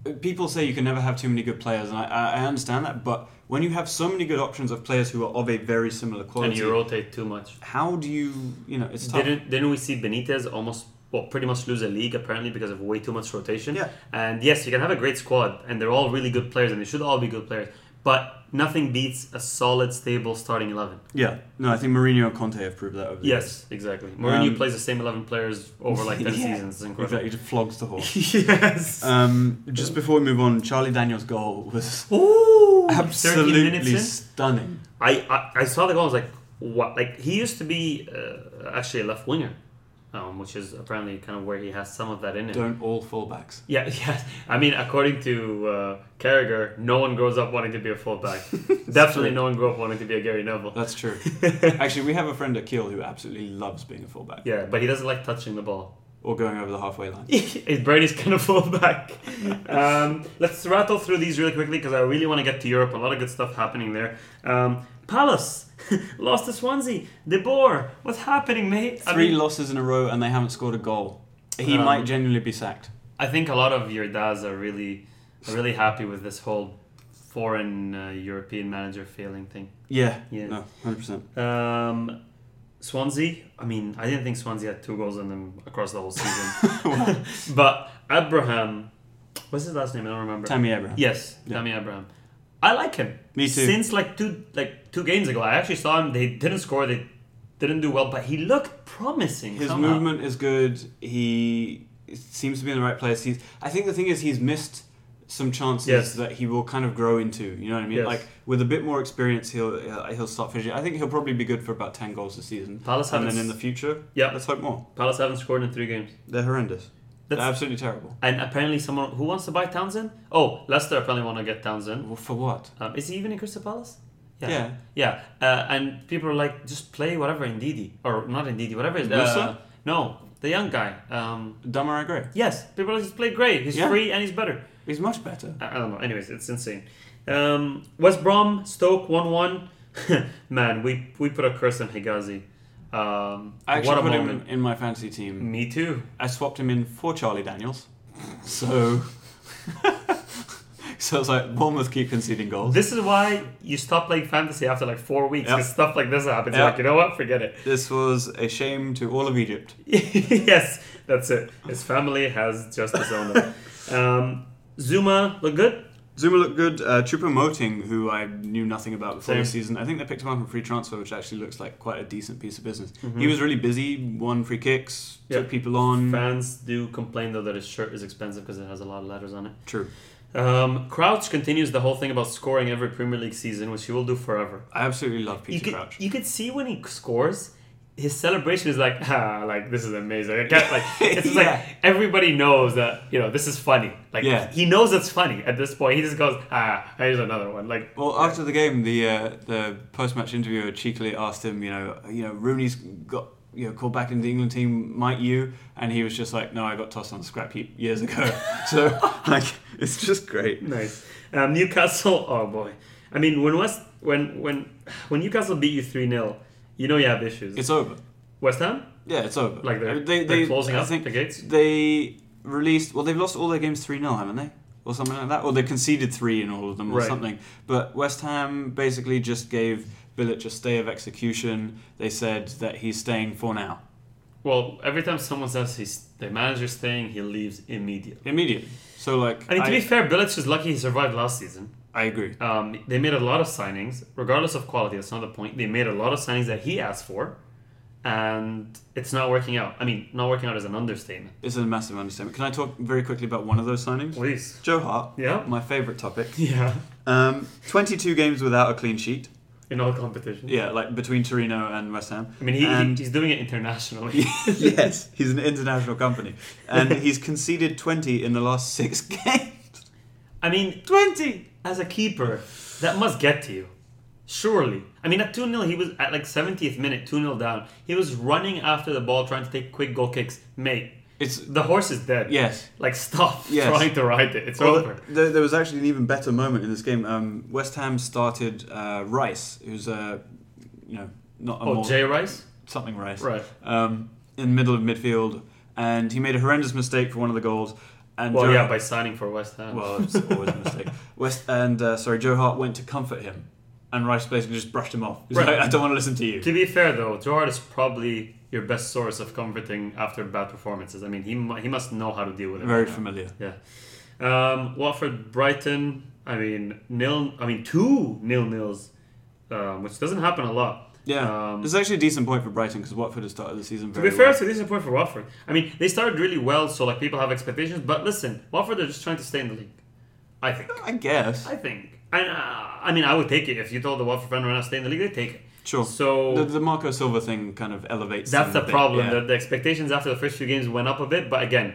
uh, people say you can never have too many good players, and I- I, I understand that. But when you have so many good options of players who are of a very similar and quality, you rotate too much. how do you, you know, it's tough. Didn't didn't we see Benitez almost well pretty much lose a league apparently because of way too much rotation? Yeah. And yes, you can have a great squad and they're all really good players and they should all be good players, but nothing beats a solid, stable starting eleven. Yeah. No, I think Mourinho and Conte have proved that over the years. Yes, exactly. Mourinho Um, plays the same eleven players over like ten Yeah. seasons. It's Exactly. incredible. He just flogs the horse. yes. um, just before we move on, Charlie Daniels' goal was Ooh, 13 minutes absolutely in? stunning. I, I I saw the goal. I was like, what? Like he used to be uh, actually a left winger, um, which is apparently kind of where he has some of that in him. Don't all fullbacks. Yeah, yeah. I mean, according to uh, Carragher, no one grows up wanting to be a fullback. Definitely, true. Uh. no one grew up wanting to be a Gary Neville. That's true. Actually, we have a friend at Kiel who absolutely loves being a fullback. Yeah, but he doesn't like touching the ball. or going over the halfway line. His brain is kind of fullback. Um, let's rattle through these really quickly because I really want to get to Europe. A lot of good stuff happening there. Um, Palace lost to Swansea. De Boer, what's happening, mate? I Three mean- losses in a row and they haven't scored a goal. He Um, might genuinely be sacked. I think a lot of your dads are really, are really happy with this whole foreign uh, European manager failing thing. Yeah. Yeah. No, 100%. Um, Swansea. I mean, I didn't think Swansea had two goals in them across the whole season. but Abraham, what's his last name? I don't remember. Tammy Abraham. Yes, Yeah. Tammy Abraham. I like him. Me too. Since like two like two games ago, I actually saw him. They didn't score. They didn't do well, but he looked promising. His somehow. movement is good. He seems to be in the right place. He's, I think the thing is, he's missed some chances Yes. that he will kind of grow into. You know what I mean? Yes. Like, with a bit more experience, he'll he'll he'll start finishing. I think he'll probably be good for about 10 goals this season. Palace and haven't then in the s- future, Yeah. let's hope more. Palace haven't scored in three games. They're horrendous. They're That's- absolutely terrible. And apparently, someone who wants to buy Townsend. Oh, Leicester apparently want to get Townsend. Well, for what? Um, is he even in Crystal Palace? Yeah. Yeah. Uh, and people are like, just play whatever Ndidi. Or not Ndidi, whatever. it is. Musa? Uh, no, the young guy. Um, Dumber, I agree. yes, people are like, just play great. He's Yeah. free and he's better. He's much better. I, I don't know. Anyways, it's insane. Um, West Brom, Stoke 1 1. Man, we, we put a curse on Higazi. Um, I actually what a put moment. Mm. him in my fantasy team. Me too. I swapped him in for Charlie Daniels. So. so it's like Bournemouth keep conceding goals. This is why you stop playing fantasy after like four weeks Yeah. because stuff like this happens. You're Yeah. like, you know what? Forget it. This was a shame to all of Egypt. yes, that's it. His family has just disowned him. Um, Zuma look good. Zuma looked good. Uh, Chupa Moting, who I knew nothing about before Same. the season, I think they picked him up on free transfer, which actually looks like quite a decent piece of business. He was really busy, won free kicks, took Mm-hmm. Yeah. people on. Fans do complain though that his shirt is expensive because it has a lot of letters on it. True. Um, Crouch continues the whole thing about scoring every Premier League season, which he will do forever. I absolutely love Peter You could, Crouch. you could see when he scores, his celebration is like, ah, like this is amazing. I can't, like it's just Yeah. like everybody knows that you know this is funny. Like Yeah. he knows it's funny at this point. He just goes, ah, here's another one. Like Well, after the game, the uh, the post match interviewer cheekily asked him, you know, you know, Rooney's got you know, called back into the England team, Mike Yu, and he was just like, no, I got tossed on the scrap heap years ago. so like, it's just great. Nice. Um, Newcastle. Oh boy. I mean, when West when when when Newcastle beat you three 0 you know you have issues. It's over. West Ham. Yeah, it's over. Like they're- I mean, they're closing up the gates? They released. Well, they've lost all their games three 0 haven't they? Or something like that. Or they conceded three in all of them, or Right. something. But West Ham basically just gave Billich a stay of execution. They said that he's staying for now, Well, every time someone says he's the manager's staying, he leaves immediately. immediately. So like, I mean, to be fair, Bilic is lucky he survived last season. I agree. Um, they made a lot of signings, regardless of quality. That's not the point. They made a lot of signings that he asked for, and it's not working out. I mean, not working out is an understatement. It's a massive understatement. Can I talk very quickly about one of those signings? Please. Joe Hart. Yeah. My favourite topic. Yeah. Um, 22 games without a clean sheet. In all competitions. Yeah, like between Torino and West Ham. I mean, he, and he, he's doing it internationally. yes, he's an international company, and he's conceded twenty in the last six games. I mean, Twenty. as a keeper, that must get to you. Surely. I mean, at 2 0, he was at like 70th minute, 2 0 down. He was running after the ball, trying to take quick goal kicks. Mate, It's the horse is dead. yes. Like, stop Yes. trying to ride it. It's Well, over. there, there was actually an even better moment in this game. Um, West Ham started uh, Rice, who's a you know not a Oh, more- Jay Rice? something Rice, Right. Um, in the middle of midfield, and he made a horrendous mistake for one of the goals. And Well, Joe- yeah, by signing for West Ham. well, it's always a mistake. West and uh, sorry, Joe Hart went to comfort him, and Rice basically just brushed him off. He's Right. like, I don't want to listen to you. to be fair, though, Gerard is probably your best source of comforting after bad performances. I mean, he, mu- he must know how to deal with it. Very right now. familiar. Yeah. Um, Watford, Brighton. I mean, nil. I mean, two nil nils, um, which doesn't happen a lot. Yeah, Um, it's actually a decent point for Brighton because Watford has started the season to very be fair, well. it's a decent point for Watford. I mean, they started really well, so like people have expectations. But listen, Watford are just trying to stay in the league. I think. I guess. I think. And uh, I mean, I would take it if you told the Watford fan right now stay in the league. They take it. Sure. So the, the Marco Silva thing kind of elevates. That's them the a bit, problem. yeah. That the expectations after the first few games went up a bit, but again,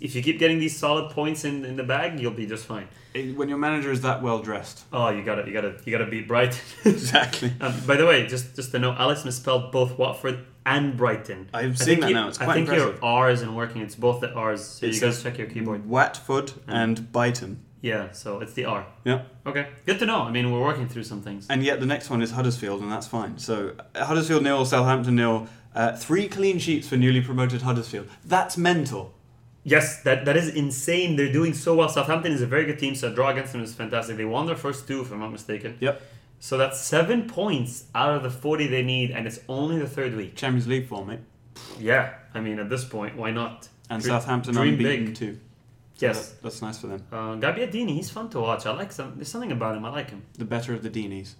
if you keep getting these solid points in, in the bag, you'll be just fine. It- when your manager is that well dressed. Oh, you gotta, you gotta, you gotta beat Brighton. Exactly. um, by the way, just just to know, Alex misspelled both Watford and Brighton. I've I seen think that you- now. It's I quite think impressive. your R isn't working. It's both the R's. So It you guys says- mm. check your keyboard. Mm. Watford and Brighton. Yeah, so it's the R. Yeah. Okay, good to know. I mean, we're working through some things. And yet the next one is Huddersfield, and that's fine. So uh, Huddersfield nil, Southampton nil. Uh, three clean sheets for newly promoted Huddersfield. That's mental. Yes, that, that is insane. They're doing so well. Southampton is a very good team, so a draw against them is fantastic. They won their first two, if I'm not mistaken. Yep. So that's seven points out of the 40 they need, and it's only the third week. Champions League for mate. Yeah, I mean, at this point, why not? And Dream- Southampton dream unbeaten big. too. So Yes. that- that's nice for them. Uh, Gabbiadini, he's fun to watch. I like some. There's something about him. I like him. The better of the Deanies.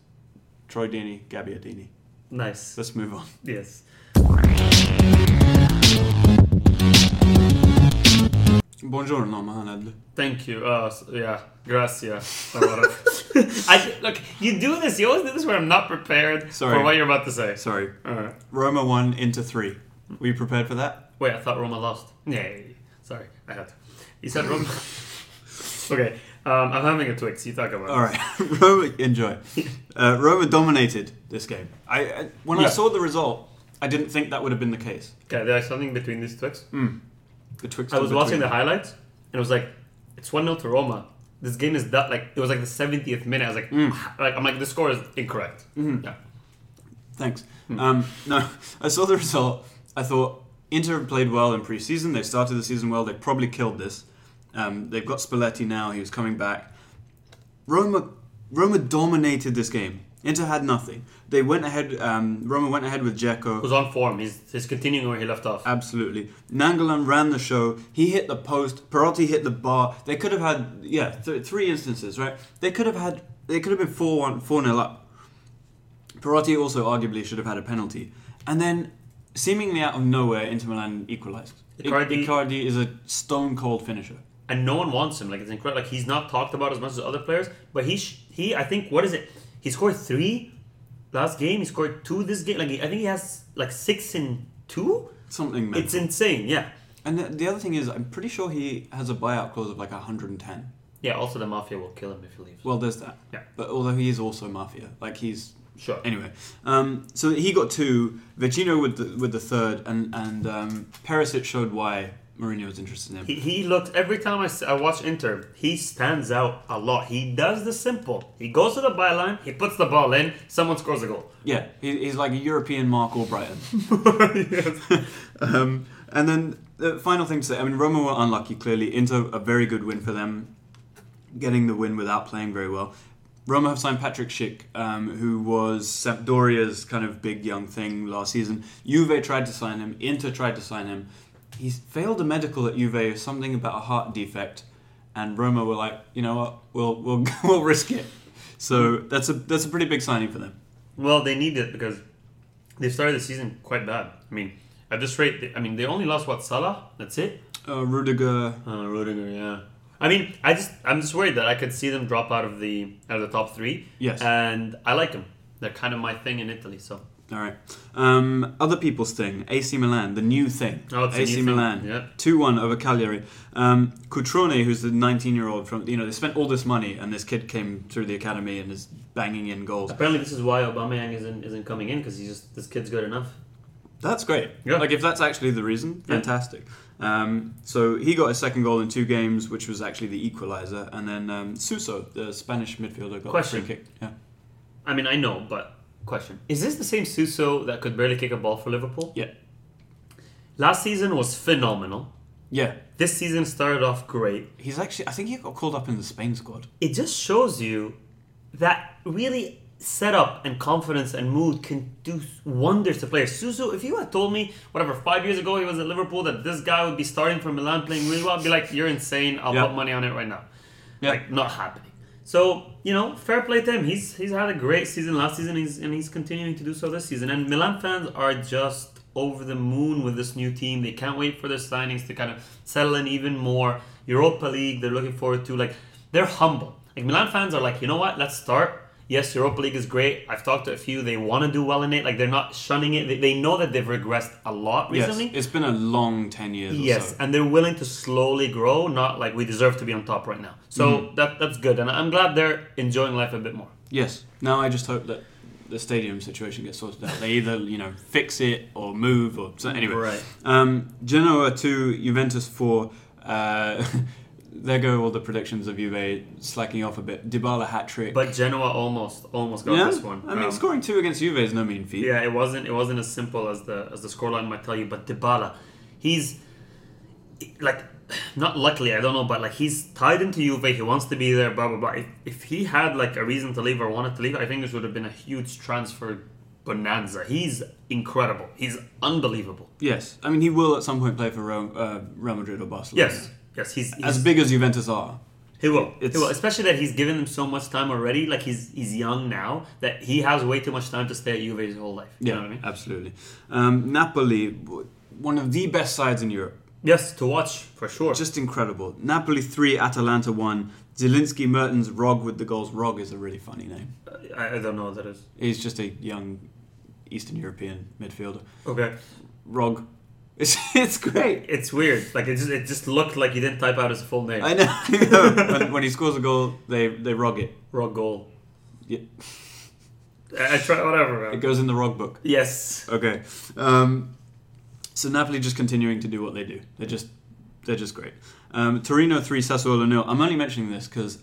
Troy Deeney, Gabby Adini. Nice. Let's move on. Yes. Buongiorno, Mohamed. Thank you. Uh, s- yeah. Gracia. Or whatever. I, look, you do this. You always do this when I'm not prepared Sorry. for what you're about to say. Sorry. Alright. Roma 1 into 3. Were you prepared for that? Wait, I thought Roma lost. Yeah, yeah, yeah. sorry, I had to. You said Roma. okay, um, I'm having a Twix. You talk about. it. All right. Roma, enjoy. Uh, Roma dominated this game. I, I When I Yeah. saw the result, I didn't think that would have been the case. Okay, there's something between these Twix. Betwixt I was and watching the Mm, between. highlights, and it was like, it's one 0 to Roma. This game is that like it was like the 70th minute. I was like, Mm. like I'm like the score is incorrect. Mm-hmm. Yeah. Thanks. Um, no, I saw the result. I thought Inter played well in pre-season. They started the season well. They probably killed this. Um, they've got Spalletti now. He was coming back. Roma, Roma dominated this game. Inter had nothing. They went ahead. Um, Roma went ahead with It Dzeko. was on form. He's he's continuing where he left off. Absolutely. Nangolan ran the show. He hit the post. Perotti hit the bar. They could have had yeah th- three instances right. They could have had they could have been four one four nil up. Perotti also arguably should have had a penalty, and then seemingly out of nowhere, Inter Milan equalised. I- Icardi- Icardi is a stone cold finisher. and no one wants him. Like it's incredible. Like he's not talked about as much as other players, but he sh- he I think what is it? He scored three last game. He scored two this game. Like he, I think he has like six and two. Something. It's It's insane. Yeah, and the, the other thing is, I'm pretty sure he has a buyout clause of like 110. yeah. Also, the mafia will kill him if he leaves. Well, there's that. Yeah. But although he is also mafia, like he's Sure. Anyway, um, so he got two, Vecino with the, with the third, and and um, Perisic showed why Mourinho was interested in him. He, he looks every time I, s- I watch Inter, he stands out a lot. He does the simple. He goes to the byline, he puts the ball in, someone scores a goal. Yeah, he, he's like a European Mark Albrighton. um, and then the final thing to say, I mean, Roma were unlucky, clearly. Inter, a very good win for them, getting the win without playing very well. Roma have signed Patrick Schick, um, who was Sampdoria's kind of big young thing last season. Juve tried to sign him, Inter tried to sign him. He's failed a medical at Juve, something about a heart defect, and Roma were like, you know what, we'll, we'll, we'll risk it. So that's a, that's a pretty big signing for them. Well, they need it because they started the season quite bad. I mean, at this rate, they, I mean, they only lost what Salah. That's it. Uh, Rudiger Uh, Rudiger, yeah. I mean, I just I'm just worried that I could see them drop out of the out of the top three. Yes. And I like them. They're kind of my thing in Italy. So All right. Um, other people's thing. AC Milan, the new thing. Oh, it's the AC new thing. Milan. Yeah. Two one over Cagliari. Um, Cutrone, who's the 19 year old from you know they spent all this money and this kid came through the academy and is banging in goals. apparently, this is why Aubameyang isn't isn't coming in because he's just this kid's good enough. That's great. Yeah. Like if that's actually the reason, Yeah. fantastic. Um, so he got his second goal in two games, which was actually the equalizer, and then um, Suso, the Spanish midfielder, got Question. the free kick. Yeah. I mean, I know, but question: Is this the same Suso that could barely kick a ball for Liverpool? Yeah. Last season was phenomenal. Yeah. This season started off great. He's actually. I think he got called up in the Spain squad. It just shows you that really setup and confidence and mood can do wonders to players. Suso, if you had told me whatever five years ago he was at Liverpool that this guy would be starting for Milan playing really well, I'd be like, you're insane. I'll Yeah. put money on it right now. Yeah. Like not happening. So you know, fair play to him. He's he's had a great season last season, he's, and he's continuing to do so this season. And Milan fans are just over the moon with this new team. They can't wait for their signings to kind of settle in even more. Europa League, they're looking forward to. Like they're humble. Like Milan fans are like, you know what? Let's start. Yes, Europa League is great. I've talked to a few. They want to do well in it. Like they're not shunning it. They, they know that they've regressed a lot recently. Yes. It's been a long ten years. Or Yes, so. and they're willing to slowly grow, not like we deserve to be on top right now. So Mm. that that's good, and I'm glad they're enjoying life a bit more. Yes. Now I just hope that the stadium situation gets sorted out. They either you know fix it or move or so anyway. Right. Um, Genoa two, Juventus four. Uh, there go all the predictions of Juve slacking off a bit. Dybala hat trick. But Genoa almost almost got yeah, this one. I mean, Um, scoring two against Juve is no mean feat. Yeah, it wasn't it wasn't as simple as the as the scoreline might tell you. But Dybala, he's like not luckily I don't know, but like he's tied into Juve. He wants to be there. Blah blah blah. If, if he had like a reason to leave or wanted to leave, I think this would have been a huge transfer bonanza. He's incredible. He's unbelievable. Yes. I mean, he will at some point play for Real, uh, Real Madrid or Barcelona. Yes, yes. He's, he's As big as Juventus are. He will. It's- he will. Especially that he's given them so much time already. Like he's he's young now. That he has way too much time to stay at Juve his whole life. You Yeah, know what I mean? absolutely. Um, Napoli, w- one of the best sides in Europe. Yes, to watch for sure. Just incredible. Napoli 3, Atalanta 1. Zielinski, Mertens, Rog with the goals. Rog is a really funny name. I, I don't know what that is. He's just a young Eastern European midfielder. Okay, Rog. It's, it's great. it's weird. Like it just it just looked like he didn't type out his full name. I know. I know. when, when he scores a goal, they, they rog it. Wrong goal. Yeah. I, I try whatever. It Man. goes in the Rog book. Yes. Okay. Um, so Napoli just continuing to do what they do. They're just they're just great. Um, Torino three, Sassuolo nil. I'm only mentioning this because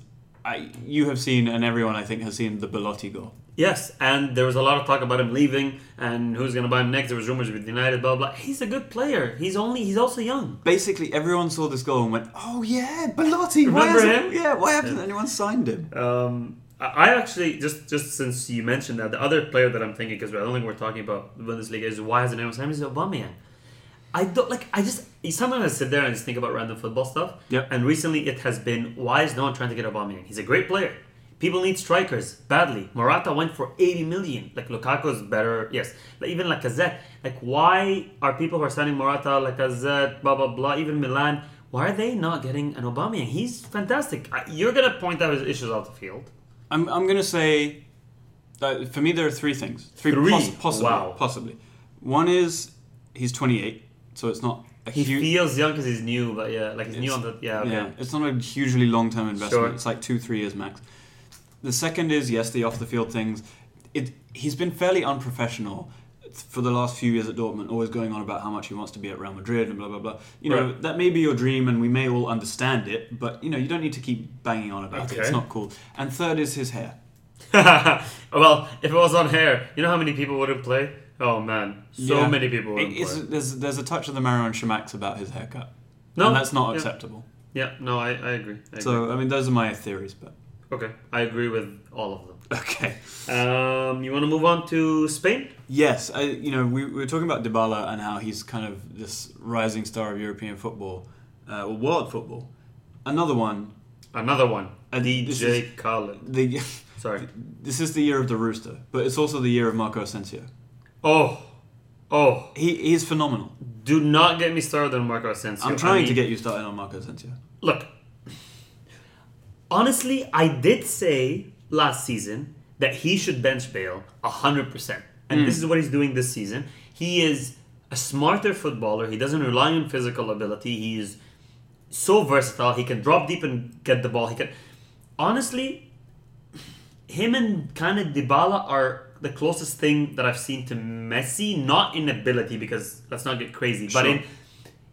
I you have seen and everyone I think has seen the Belotti goal. Yes, and there was a lot of talk about him leaving and who's gonna buy him next. There was rumors with United, blah blah. He's a good player. He's only he's also young. Basically, everyone saw this goal and went, "Oh yeah, Belotti! why Remember hasn't- him? Yeah, why hasn't anyone signed him?" Um, I I actually just just since you mentioned that the other player that I'm thinking because I don't think we're talking about Bundesliga is why hasn't anyone signed him is Aubameyang. I don't like. I just sometimes I sit there and just think about random football stuff. Yep. And recently it has been why is no one trying to get Aubameyang? He's a great player. People need strikers badly. Morata went for 80 million. Like Lukaku's better. Yes. Like, even Lacazette. Like why are people who are signing Morata, Lacazette, blah blah blah, even Milan? Why are they not getting an Aubameyang? He's fantastic. I- You're gonna point out his issues off the field. I'm I'm gonna say that for me there are three things. Three, Three? Poss- possibly, Wow. possibly. One is he's 28, so it's not a He huge. feels young because he's new, but yeah, like he's new on the yeah. Okay. Yeah, it's not a hugely long term investment. Sure. It's like two, three years max. The second is yes, the off the field things. it, he's been fairly unprofessional for the last few years at Dortmund, always going on about how much he wants to be at Real Madrid and blah blah blah. You know Right. that may be your dream, and we may all understand it, but you know you don't need to keep banging on about it. It's Okay. not cool. And third is his hair. well, if it was on hair, you know how many people wouldn't play? Oh man, so Yeah. many people wouldn't It- it's- play. there's there's a touch of the Marrow and Shamax about his haircut. No, and that's not yeah. acceptable. Yeah, no, I, I agree. I agree. So I mean, those are my theories, but Okay, I agree with all of them. okay. Um, you want to move on to Spain? Yes, I, you know, we, we were talking about Dybala and how he's kind of this rising star of European football, uh, well, world football. Another one, Another one. Uh, this DJ Khaled. the Sorry. this is the year of the rooster, but it's also the year of Marco Asensio. Oh, oh! He he's phenomenal. Do not get me started on Marco Asensio. I'm trying I mean, to get you started on Marco Asensio. Look, honestly, I did say last season that he should bench Bale 100%. And this is what he's doing this season. He is a smarter footballer. He doesn't rely on physical ability. He is so versatile. He can drop deep and get the ball. He can Honestly, him and kind of Dybala are the closest thing that I've seen to Messi, not in ability because let's not get crazy, but Sure. in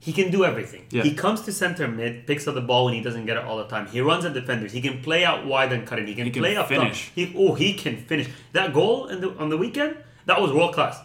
he can do everything. Yeah. He comes to center mid, picks up the ball when he doesn't get it all the time. He runs at defenders. He can play out wide and cut it. He can, can play up top. finish. He, oh, he can finish. That goal in the, on the weekend, that was world class.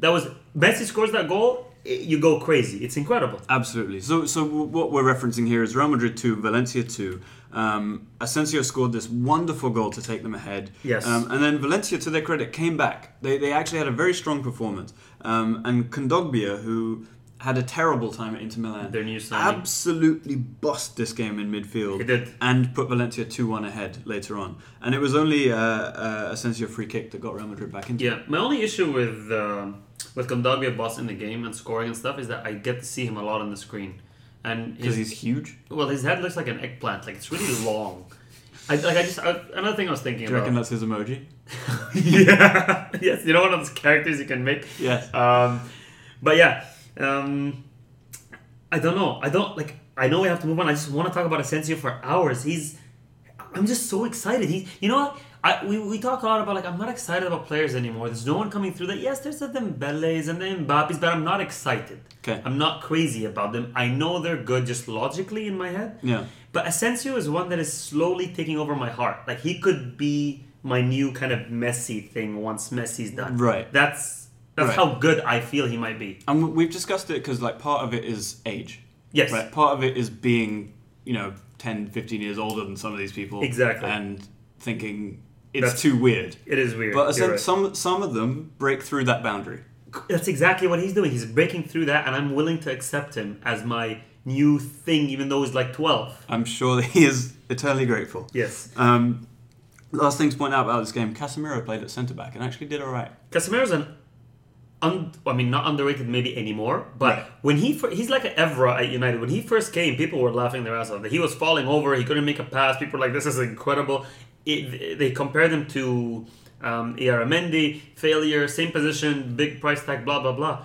That was Messi scores that goal, i- you go crazy. It's incredible. Absolutely. So, so what we're referencing here is Real Madrid two, Valencia two. Um, Asensio scored this wonderful goal to take them ahead. Yes. Um, and then Valencia, to their credit, came back. They, they actually had a very strong performance. Um, and Kondogbia, who had a terrible time at Inter Milan, Their new signing. absolutely bossed this game in midfield. He did. And put Valencia two one ahead later on. And it was only uh, uh, Asensio free kick that got Real Madrid back into. it. Yeah, my only issue with um with Kondogbia boss in the game and scoring and stuff is that I get to see him a lot on the screen, and Because his, he's huge. well, his head looks like an eggplant. Like it's really long. I, like I just I, another thing I was thinking Do you reckon that's about. his emoji? yeah. yes, you know one of those characters you can make. Yes. Um, but yeah, um, I don't know. I don't like. I know we have to move on. I just want to talk about Asensio for hours. He's. I'm just so excited. He, you know what? I, we, we talk a lot about like I'm not excited about players anymore. There's no one coming through that. Yes, there's the Dembele's and the Mbappes, but I'm not excited. 'Kay. I'm not crazy about them. I know they're good just logically in my head. Yeah. But Asensio is one that is slowly taking over my heart. Like he could be my new kind of Messi thing once Messi's done. Right. That's that's Right. how good I feel he might be. And we- we've discussed it because, like, part of it is age. Yes. Right? Part of it is being, you know, 10, 15 years older than some of these people. Exactly. And thinking it's That's- too weird. It is weird. But You're some, some, right. some of them break through that boundary. that's exactly what he's doing. He's breaking through that, and I'm willing to accept him as my new thing, even though he's like 12. I'm sure that he is eternally grateful. Yes. Um, last thing to point out about this game Casemiro played at centre back and actually did all right. Casemiro's an. Un- I mean, not underrated maybe anymore, but Right. when he fir- he's like an Evra at United. When he first came, people were laughing their ass off. He was falling over. He couldn't make a pass. People were like, "This is incredible." It, they compared him to um, Iaramendi, failure, same position, big price tag, blah blah blah.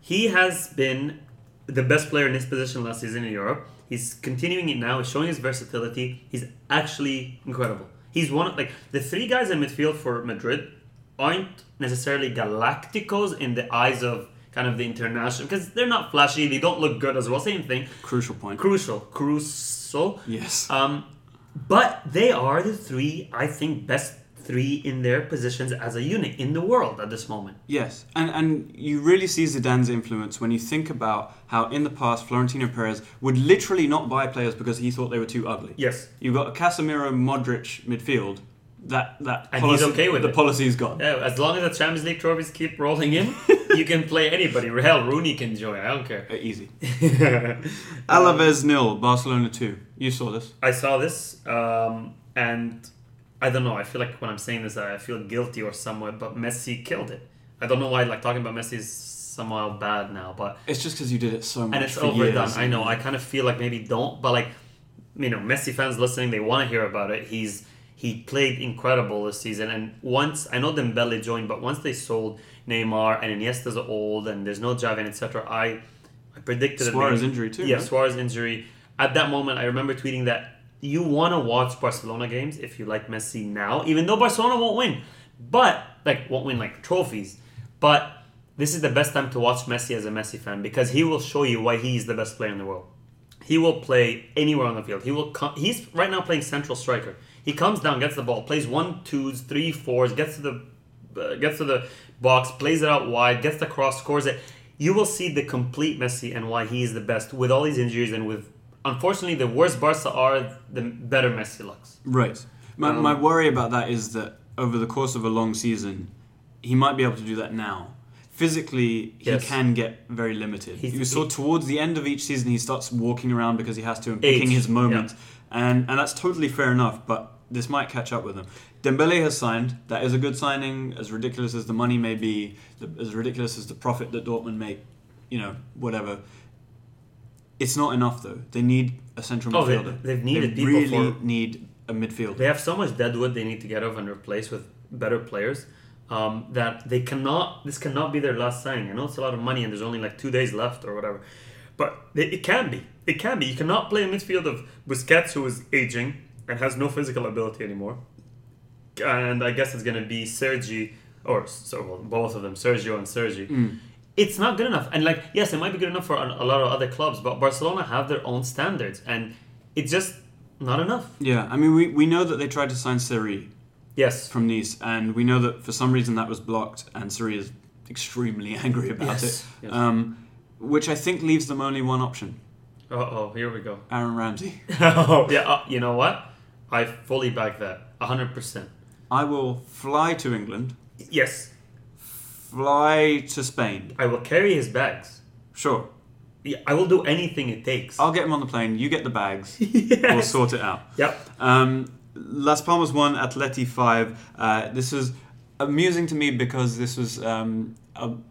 He has been the best player in his position last season in Europe. He's continuing it now. He's showing his versatility. He's actually incredible. He's one of like the three guys in midfield for Madrid aren't necessarily galacticos in the eyes of kind of the international because they're not flashy. They don't look good as well. Same thing. Crucial point. Crucial, crucial. yes. Um, but they are the three I think best three in their positions as a unit in the world at this moment. Yes, and and you really see Zidane's influence when you think about how in the past Florentino Perez would literally not buy players because he thought they were too ugly. Yes. you've got a Casemiro, Modric midfield. That that And he's okay with the it. policy's gone. Yeah, as long as the Champions League trophies keep rolling in, you can play anybody. Real Rooney can join. I don't care. Uh, Easy. Alaves nil, Barcelona two. You saw this. I saw this, um, and I don't know. I feel like when I'm saying this, I feel guilty or somewhere. But Messi killed it. I don't know why. Like talking about Messi is somehow bad now, but It's just because you did it so much and it's for overdone. years. I know. I kind of feel like maybe don't, but like you know, Messi fans listening, they want to hear about it. He's he played incredible this season, and once I know Dembele joined, but once they sold Neymar and Iniesta's old, and there's no Javan, etc. I I predicted that Suarez maybe- injury too, Yeah, right? Suarez injury. At that moment, I remember tweeting that you want to watch Barcelona games if you like Messi now, even though Barcelona won't win. But like won't win like trophies. But this is the best time to watch Messi as a Messi fan because he will show you why he is the best player in the world. He will play anywhere on the field. He will come, he's right now playing central striker. He comes down, gets the ball, plays one, twos, three, fours, gets to the uh, gets to the box, plays it out wide, gets the cross, scores it. You will see the complete Messi and why he is the best with all these injuries and with unfortunately the worse Barca are, the better Messi looks. Right. My, my Um, worry about that is that over the course of a long season, he might be able to do that now. Physically, he Yes. can get very limited. He's- you saw he- towards the end of each season, he starts walking around because he has to and picking Age, his yeah. moments, and and that's totally fair enough. But this might catch up with him. Dembele has signed. That is a good signing. As ridiculous as the money may be, the, as ridiculous as the profit that Dortmund make, you know, whatever. It's not enough though. They need a central Oh, they- midfielder. they've needed they people really for- need a midfielder. They have so much dead wood they need to get off and replace with better players um, that they cannot. This cannot be their last signing. I know it's a lot of money and there's only like two days left or whatever, but they, it can be. It can be. You cannot play a midfield of Busquets who is aging and has no physical ability anymore, and I guess it's gonna be Sergi or so well, both of them, Sergio and Sergi. It's not good enough, and like yes, it might be good enough for a a lot of other clubs, but Barcelona have their own standards, and it's just not enough. Yeah, I mean, we, we know that they tried to sign Siri Yes, from Nice, and we know that for some reason that was blocked, and Siri is extremely angry about Yes, it. yes. Um, which I think leaves them only one option Uh oh, here we go. Aaron Ramsey. yeah, uh, you know what? I fully back that. 100%. I will fly to England, Yes, fly to Spain. I will carry his bags. Sure. Yeah, I will do anything it takes. I'll get him on the plane, you get the bags, we'll Yes. sort it out. Yep. Um, Las Palmas won, Atleti five. Uh, this was amusing to me because this was um,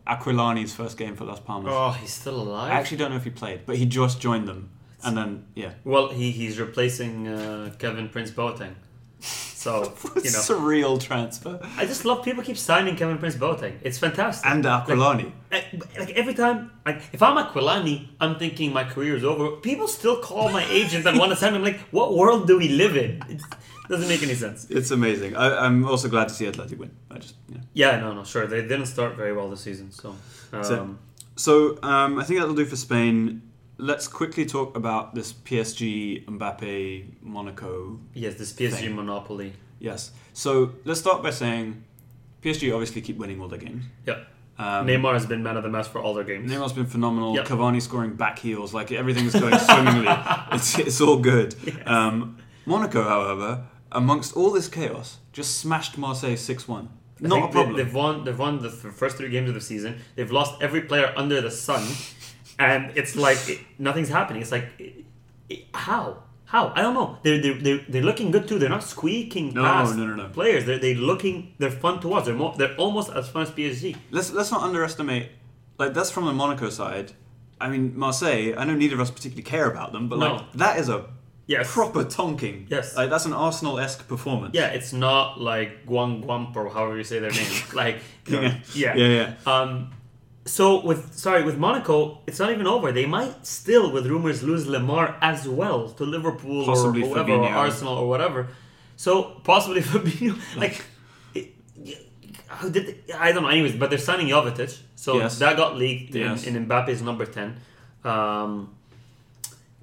Aquilani's first game for Las Palmas. Oh, he's still alive? I actually don't know if he played, but he just joined them, and then yeah, well, he, he's replacing uh, Kevin Prince Boateng. So, you know. surreal transfer. I just love people keep signing Kevin Prince Boateng. It's fantastic. And Aquilani. Like, eh, like every time, like if I'm Aquilani, I'm thinking my career is over. People still call my agent and want to sign me. I'm like, what world do we live in? It doesn't make any sense. It's amazing. I, I'm also glad to see Atleti win. I just you know. Yeah, no, no, sure. They didn't start very well this season, so. Um, So, so um, I think that'll do for Spain. Let's quickly talk about this PSG Mbappe Monaco. yes, this PSG Thing. monopoly. Yes. So let's start by saying PSG obviously keep winning all their games. Yeah. Um, Neymar has been man of the match for all their games. Neymar's been phenomenal. Yep. Cavani scoring back heels, like everything's going swimmingly. It's, it's all good. Um, Monaco, however, amongst all this chaos, just smashed Marseille six one. I Not think a problem. They, have won. They've won the th- first three games of the season. They've lost every player under the sun, and it's like it, nothing's happening. It's like it, it- how. How? I don't know. They're, they're, they're, they're looking good too. They're not squeaking No, past no, no, no. players. They're, they're looking. They're fun to watch. They're, mo- they're almost as fun as PSG. let's let's not underestimate. Like that's from the Monaco side. I mean Marseille. I know neither of us particularly care about them, but No. like that is a Yes. proper tonking. Yes. like that's an Arsenal esque performance. Yeah, it's not like Guang Guamp or however you say their name. like, yeah, yeah. yeah. yeah. Um, so with sorry with Monaco, it's not even over. They might still, with rumors, lose Lamar as well to Liverpool Possibly or whoever, or Fabinho. Arsenal or whatever. So possibly Fabinho, like. it- How did they- I don't know. Anyways, but they're signing Jovetic, so Yes. that got leaked in, Yes. in Mbappe's number ten. Um,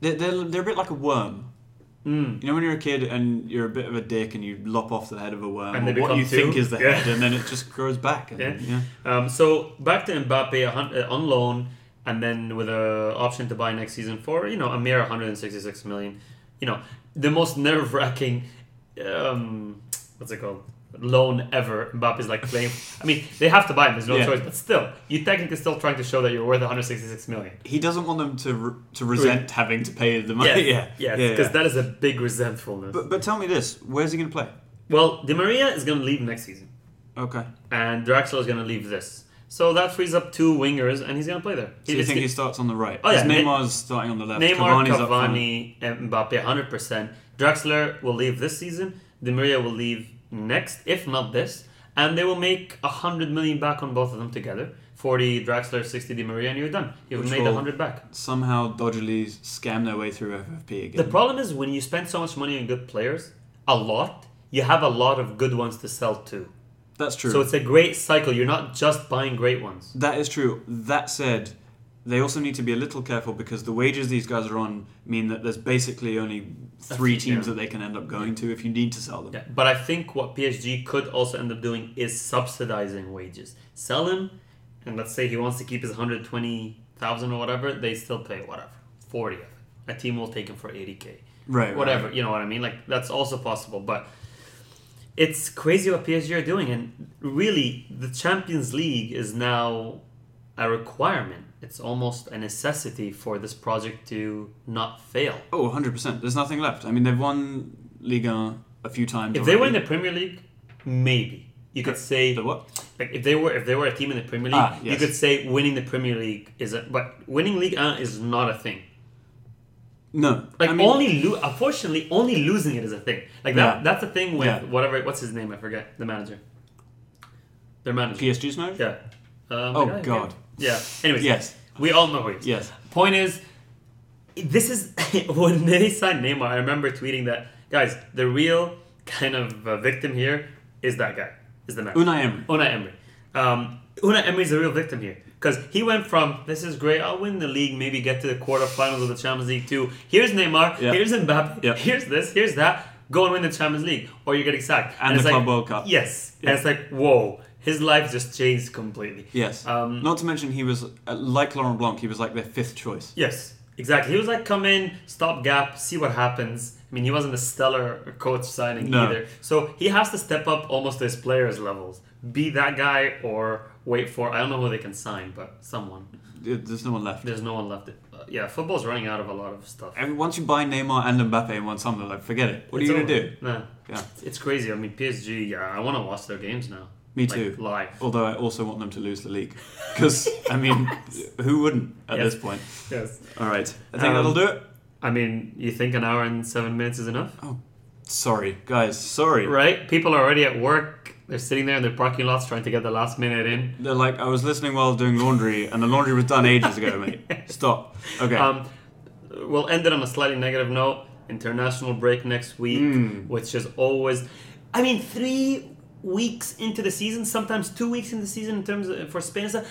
They're, they're, they're a bit like a worm. Hmm. You know when you're a kid and you're a bit of a dick and you lop off the head of a worm And or they what become you two? think is the Yeah. head and then it just grows back. And, Yeah. yeah. um, so back to Mbappe a hun- uh, on loan, and then with a option to buy next season for you know a mere 166 million. You know the most nerve wracking, um, what's it called? Loan ever. Mbappe's like playing. I mean, they have to buy him. There's no Yeah. choice. But still, you technically still trying to show that you're worth 166 million. He doesn't want them to re- to resent having to pay the money. yeah. yes, yeah, because yeah. that is a big resentfulness. But, but tell me this, where's he going to play? well, Di Maria is going to leave next season, Okay. and Draxler is going to leave this. So that frees up two wingers, and he's going to play there. So you It's- think he starts on the right? Oh, yeah, Because Ne- Neymar's starting on the left. Neymar, Cavani's up front. Cavani, and Mbappe, hundred percent. Draxler will leave this season. Di Maria will leave next, if not this, and they will make a hundred million back on both of them together. Forty Draxler, sixty Di Maria, and you're done. You've Which made will- a hundred back. Somehow dodgily scam their way through FFP again. The problem is when you spend so much money on good players, a lot, you have a lot of good ones to sell too. That's true. So it's a great cycle. You're not just buying great ones. That is true. That said, they also need to be a little careful because the wages these guys are on mean that there's basically only three few, yeah. teams that they can end up going to if you need to sell them. Yeah, But I think what PSG could also end up doing is subsidizing wages. Sell him, and let's say he wants to keep his 120,000 or whatever, they still pay whatever, 40 of it. A team will take him for 80K. Right, Whatever, right. you know what I mean? Like, that's also possible. But it's crazy what PSG are doing. And really, the Champions League is now a requirement. It's almost a necessity for this project to not fail. Oh, 100%. There's nothing left. I mean, they've won Ligue 1 a few times. If they were in already. the Premier League, maybe you could say The what? Like if they were if they were a team in the Premier League, Ah, you yes. could say winning the Premier League is a but winning League uh, is not a thing. No. Like I mean, only lo- unfortunately only losing it is a thing. Like that Yeah. that's the thing with Yeah. whatever what's his name I forget the manager. Their manager. PSG's now? Yeah. Um, Oh, yeah, yeah. God. Yeah. Anyways. Yes. We all know who he is. Yes. Point is, this is when they signed Neymar. I remember tweeting that guys, the real kind of uh, victim here is that guy, is the man Unai Emery. Unai Emery. Um, Unai Emery is the real victim here because he went from this is great, I'll win the league, maybe get to the quarterfinals of the Champions League too. Here's Neymar, Yeah. here's Mbappe, Yeah. here's this, here's that. Go and win the Champions League, or you're getting sacked. And it's the like, Club World Cup. Yes, Yeah. and it's like whoa, his life just changed completely. Yes. Um, Not to mention, he was, uh, like Laurent Blanc, he was like their fifth choice. Yes, exactly. He was like, come in, stop gap, see what happens. I mean, he wasn't a stellar coach signing No. either. So he has to step up almost to his players' levels. Be that guy or wait for, I don't know who they can sign, but someone. Uh, There's no one left. There's no one left. Uh, yeah, football's running out of a lot of stuff. I mean, once you buy Neymar and Mbappe in one summer, like, forget it. What It's are you going over. to do? Nah. Yeah. It's crazy. I mean, PSG, yeah, I want to watch their games now. Me Like, too. Oh. live. Although I also want them to lose the league. Because, I mean, who wouldn't at Yes. this point? Yes. All right. I think Um, that'll do it. I mean, you think an hour and seven minutes is enough? Oh. Sorry, guys. Sorry. Right? People are already at work. They're sitting there in their parking lots trying to get the last minute in. They're like, I was listening while doing laundry, and the laundry was done ages ago, mate. Stop. Okay. Um, we'll end it on a slightly negative note. International break next week, which is always, I mean, three weeks into the season, sometimes two weeks in the season in terms of, for Spain. and stuff.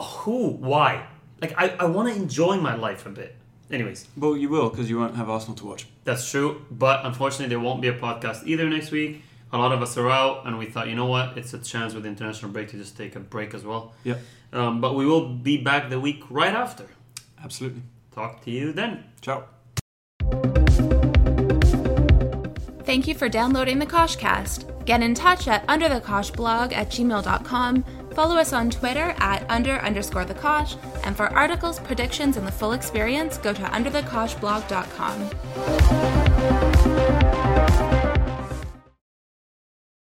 Who? Why? Like, I, I want to enjoy my life a bit. Anyways, well, you will, because you won't have Arsenal to watch. that's true. But unfortunately, there won't be a podcast either next week. A lot of us are out, and we thought, you know what? It's a chance with the international break to just take a break as well. Yep. Um, but we will be back the week right after. Absolutely. Talk to you then. Ciao. Thank you for downloading the Koshcast. Get in touch at underthekoshblog at gmail.com. Follow us on Twitter at under underscore the Kosh. And for articles, predictions, and the full experience, go to underthekoshblog.com.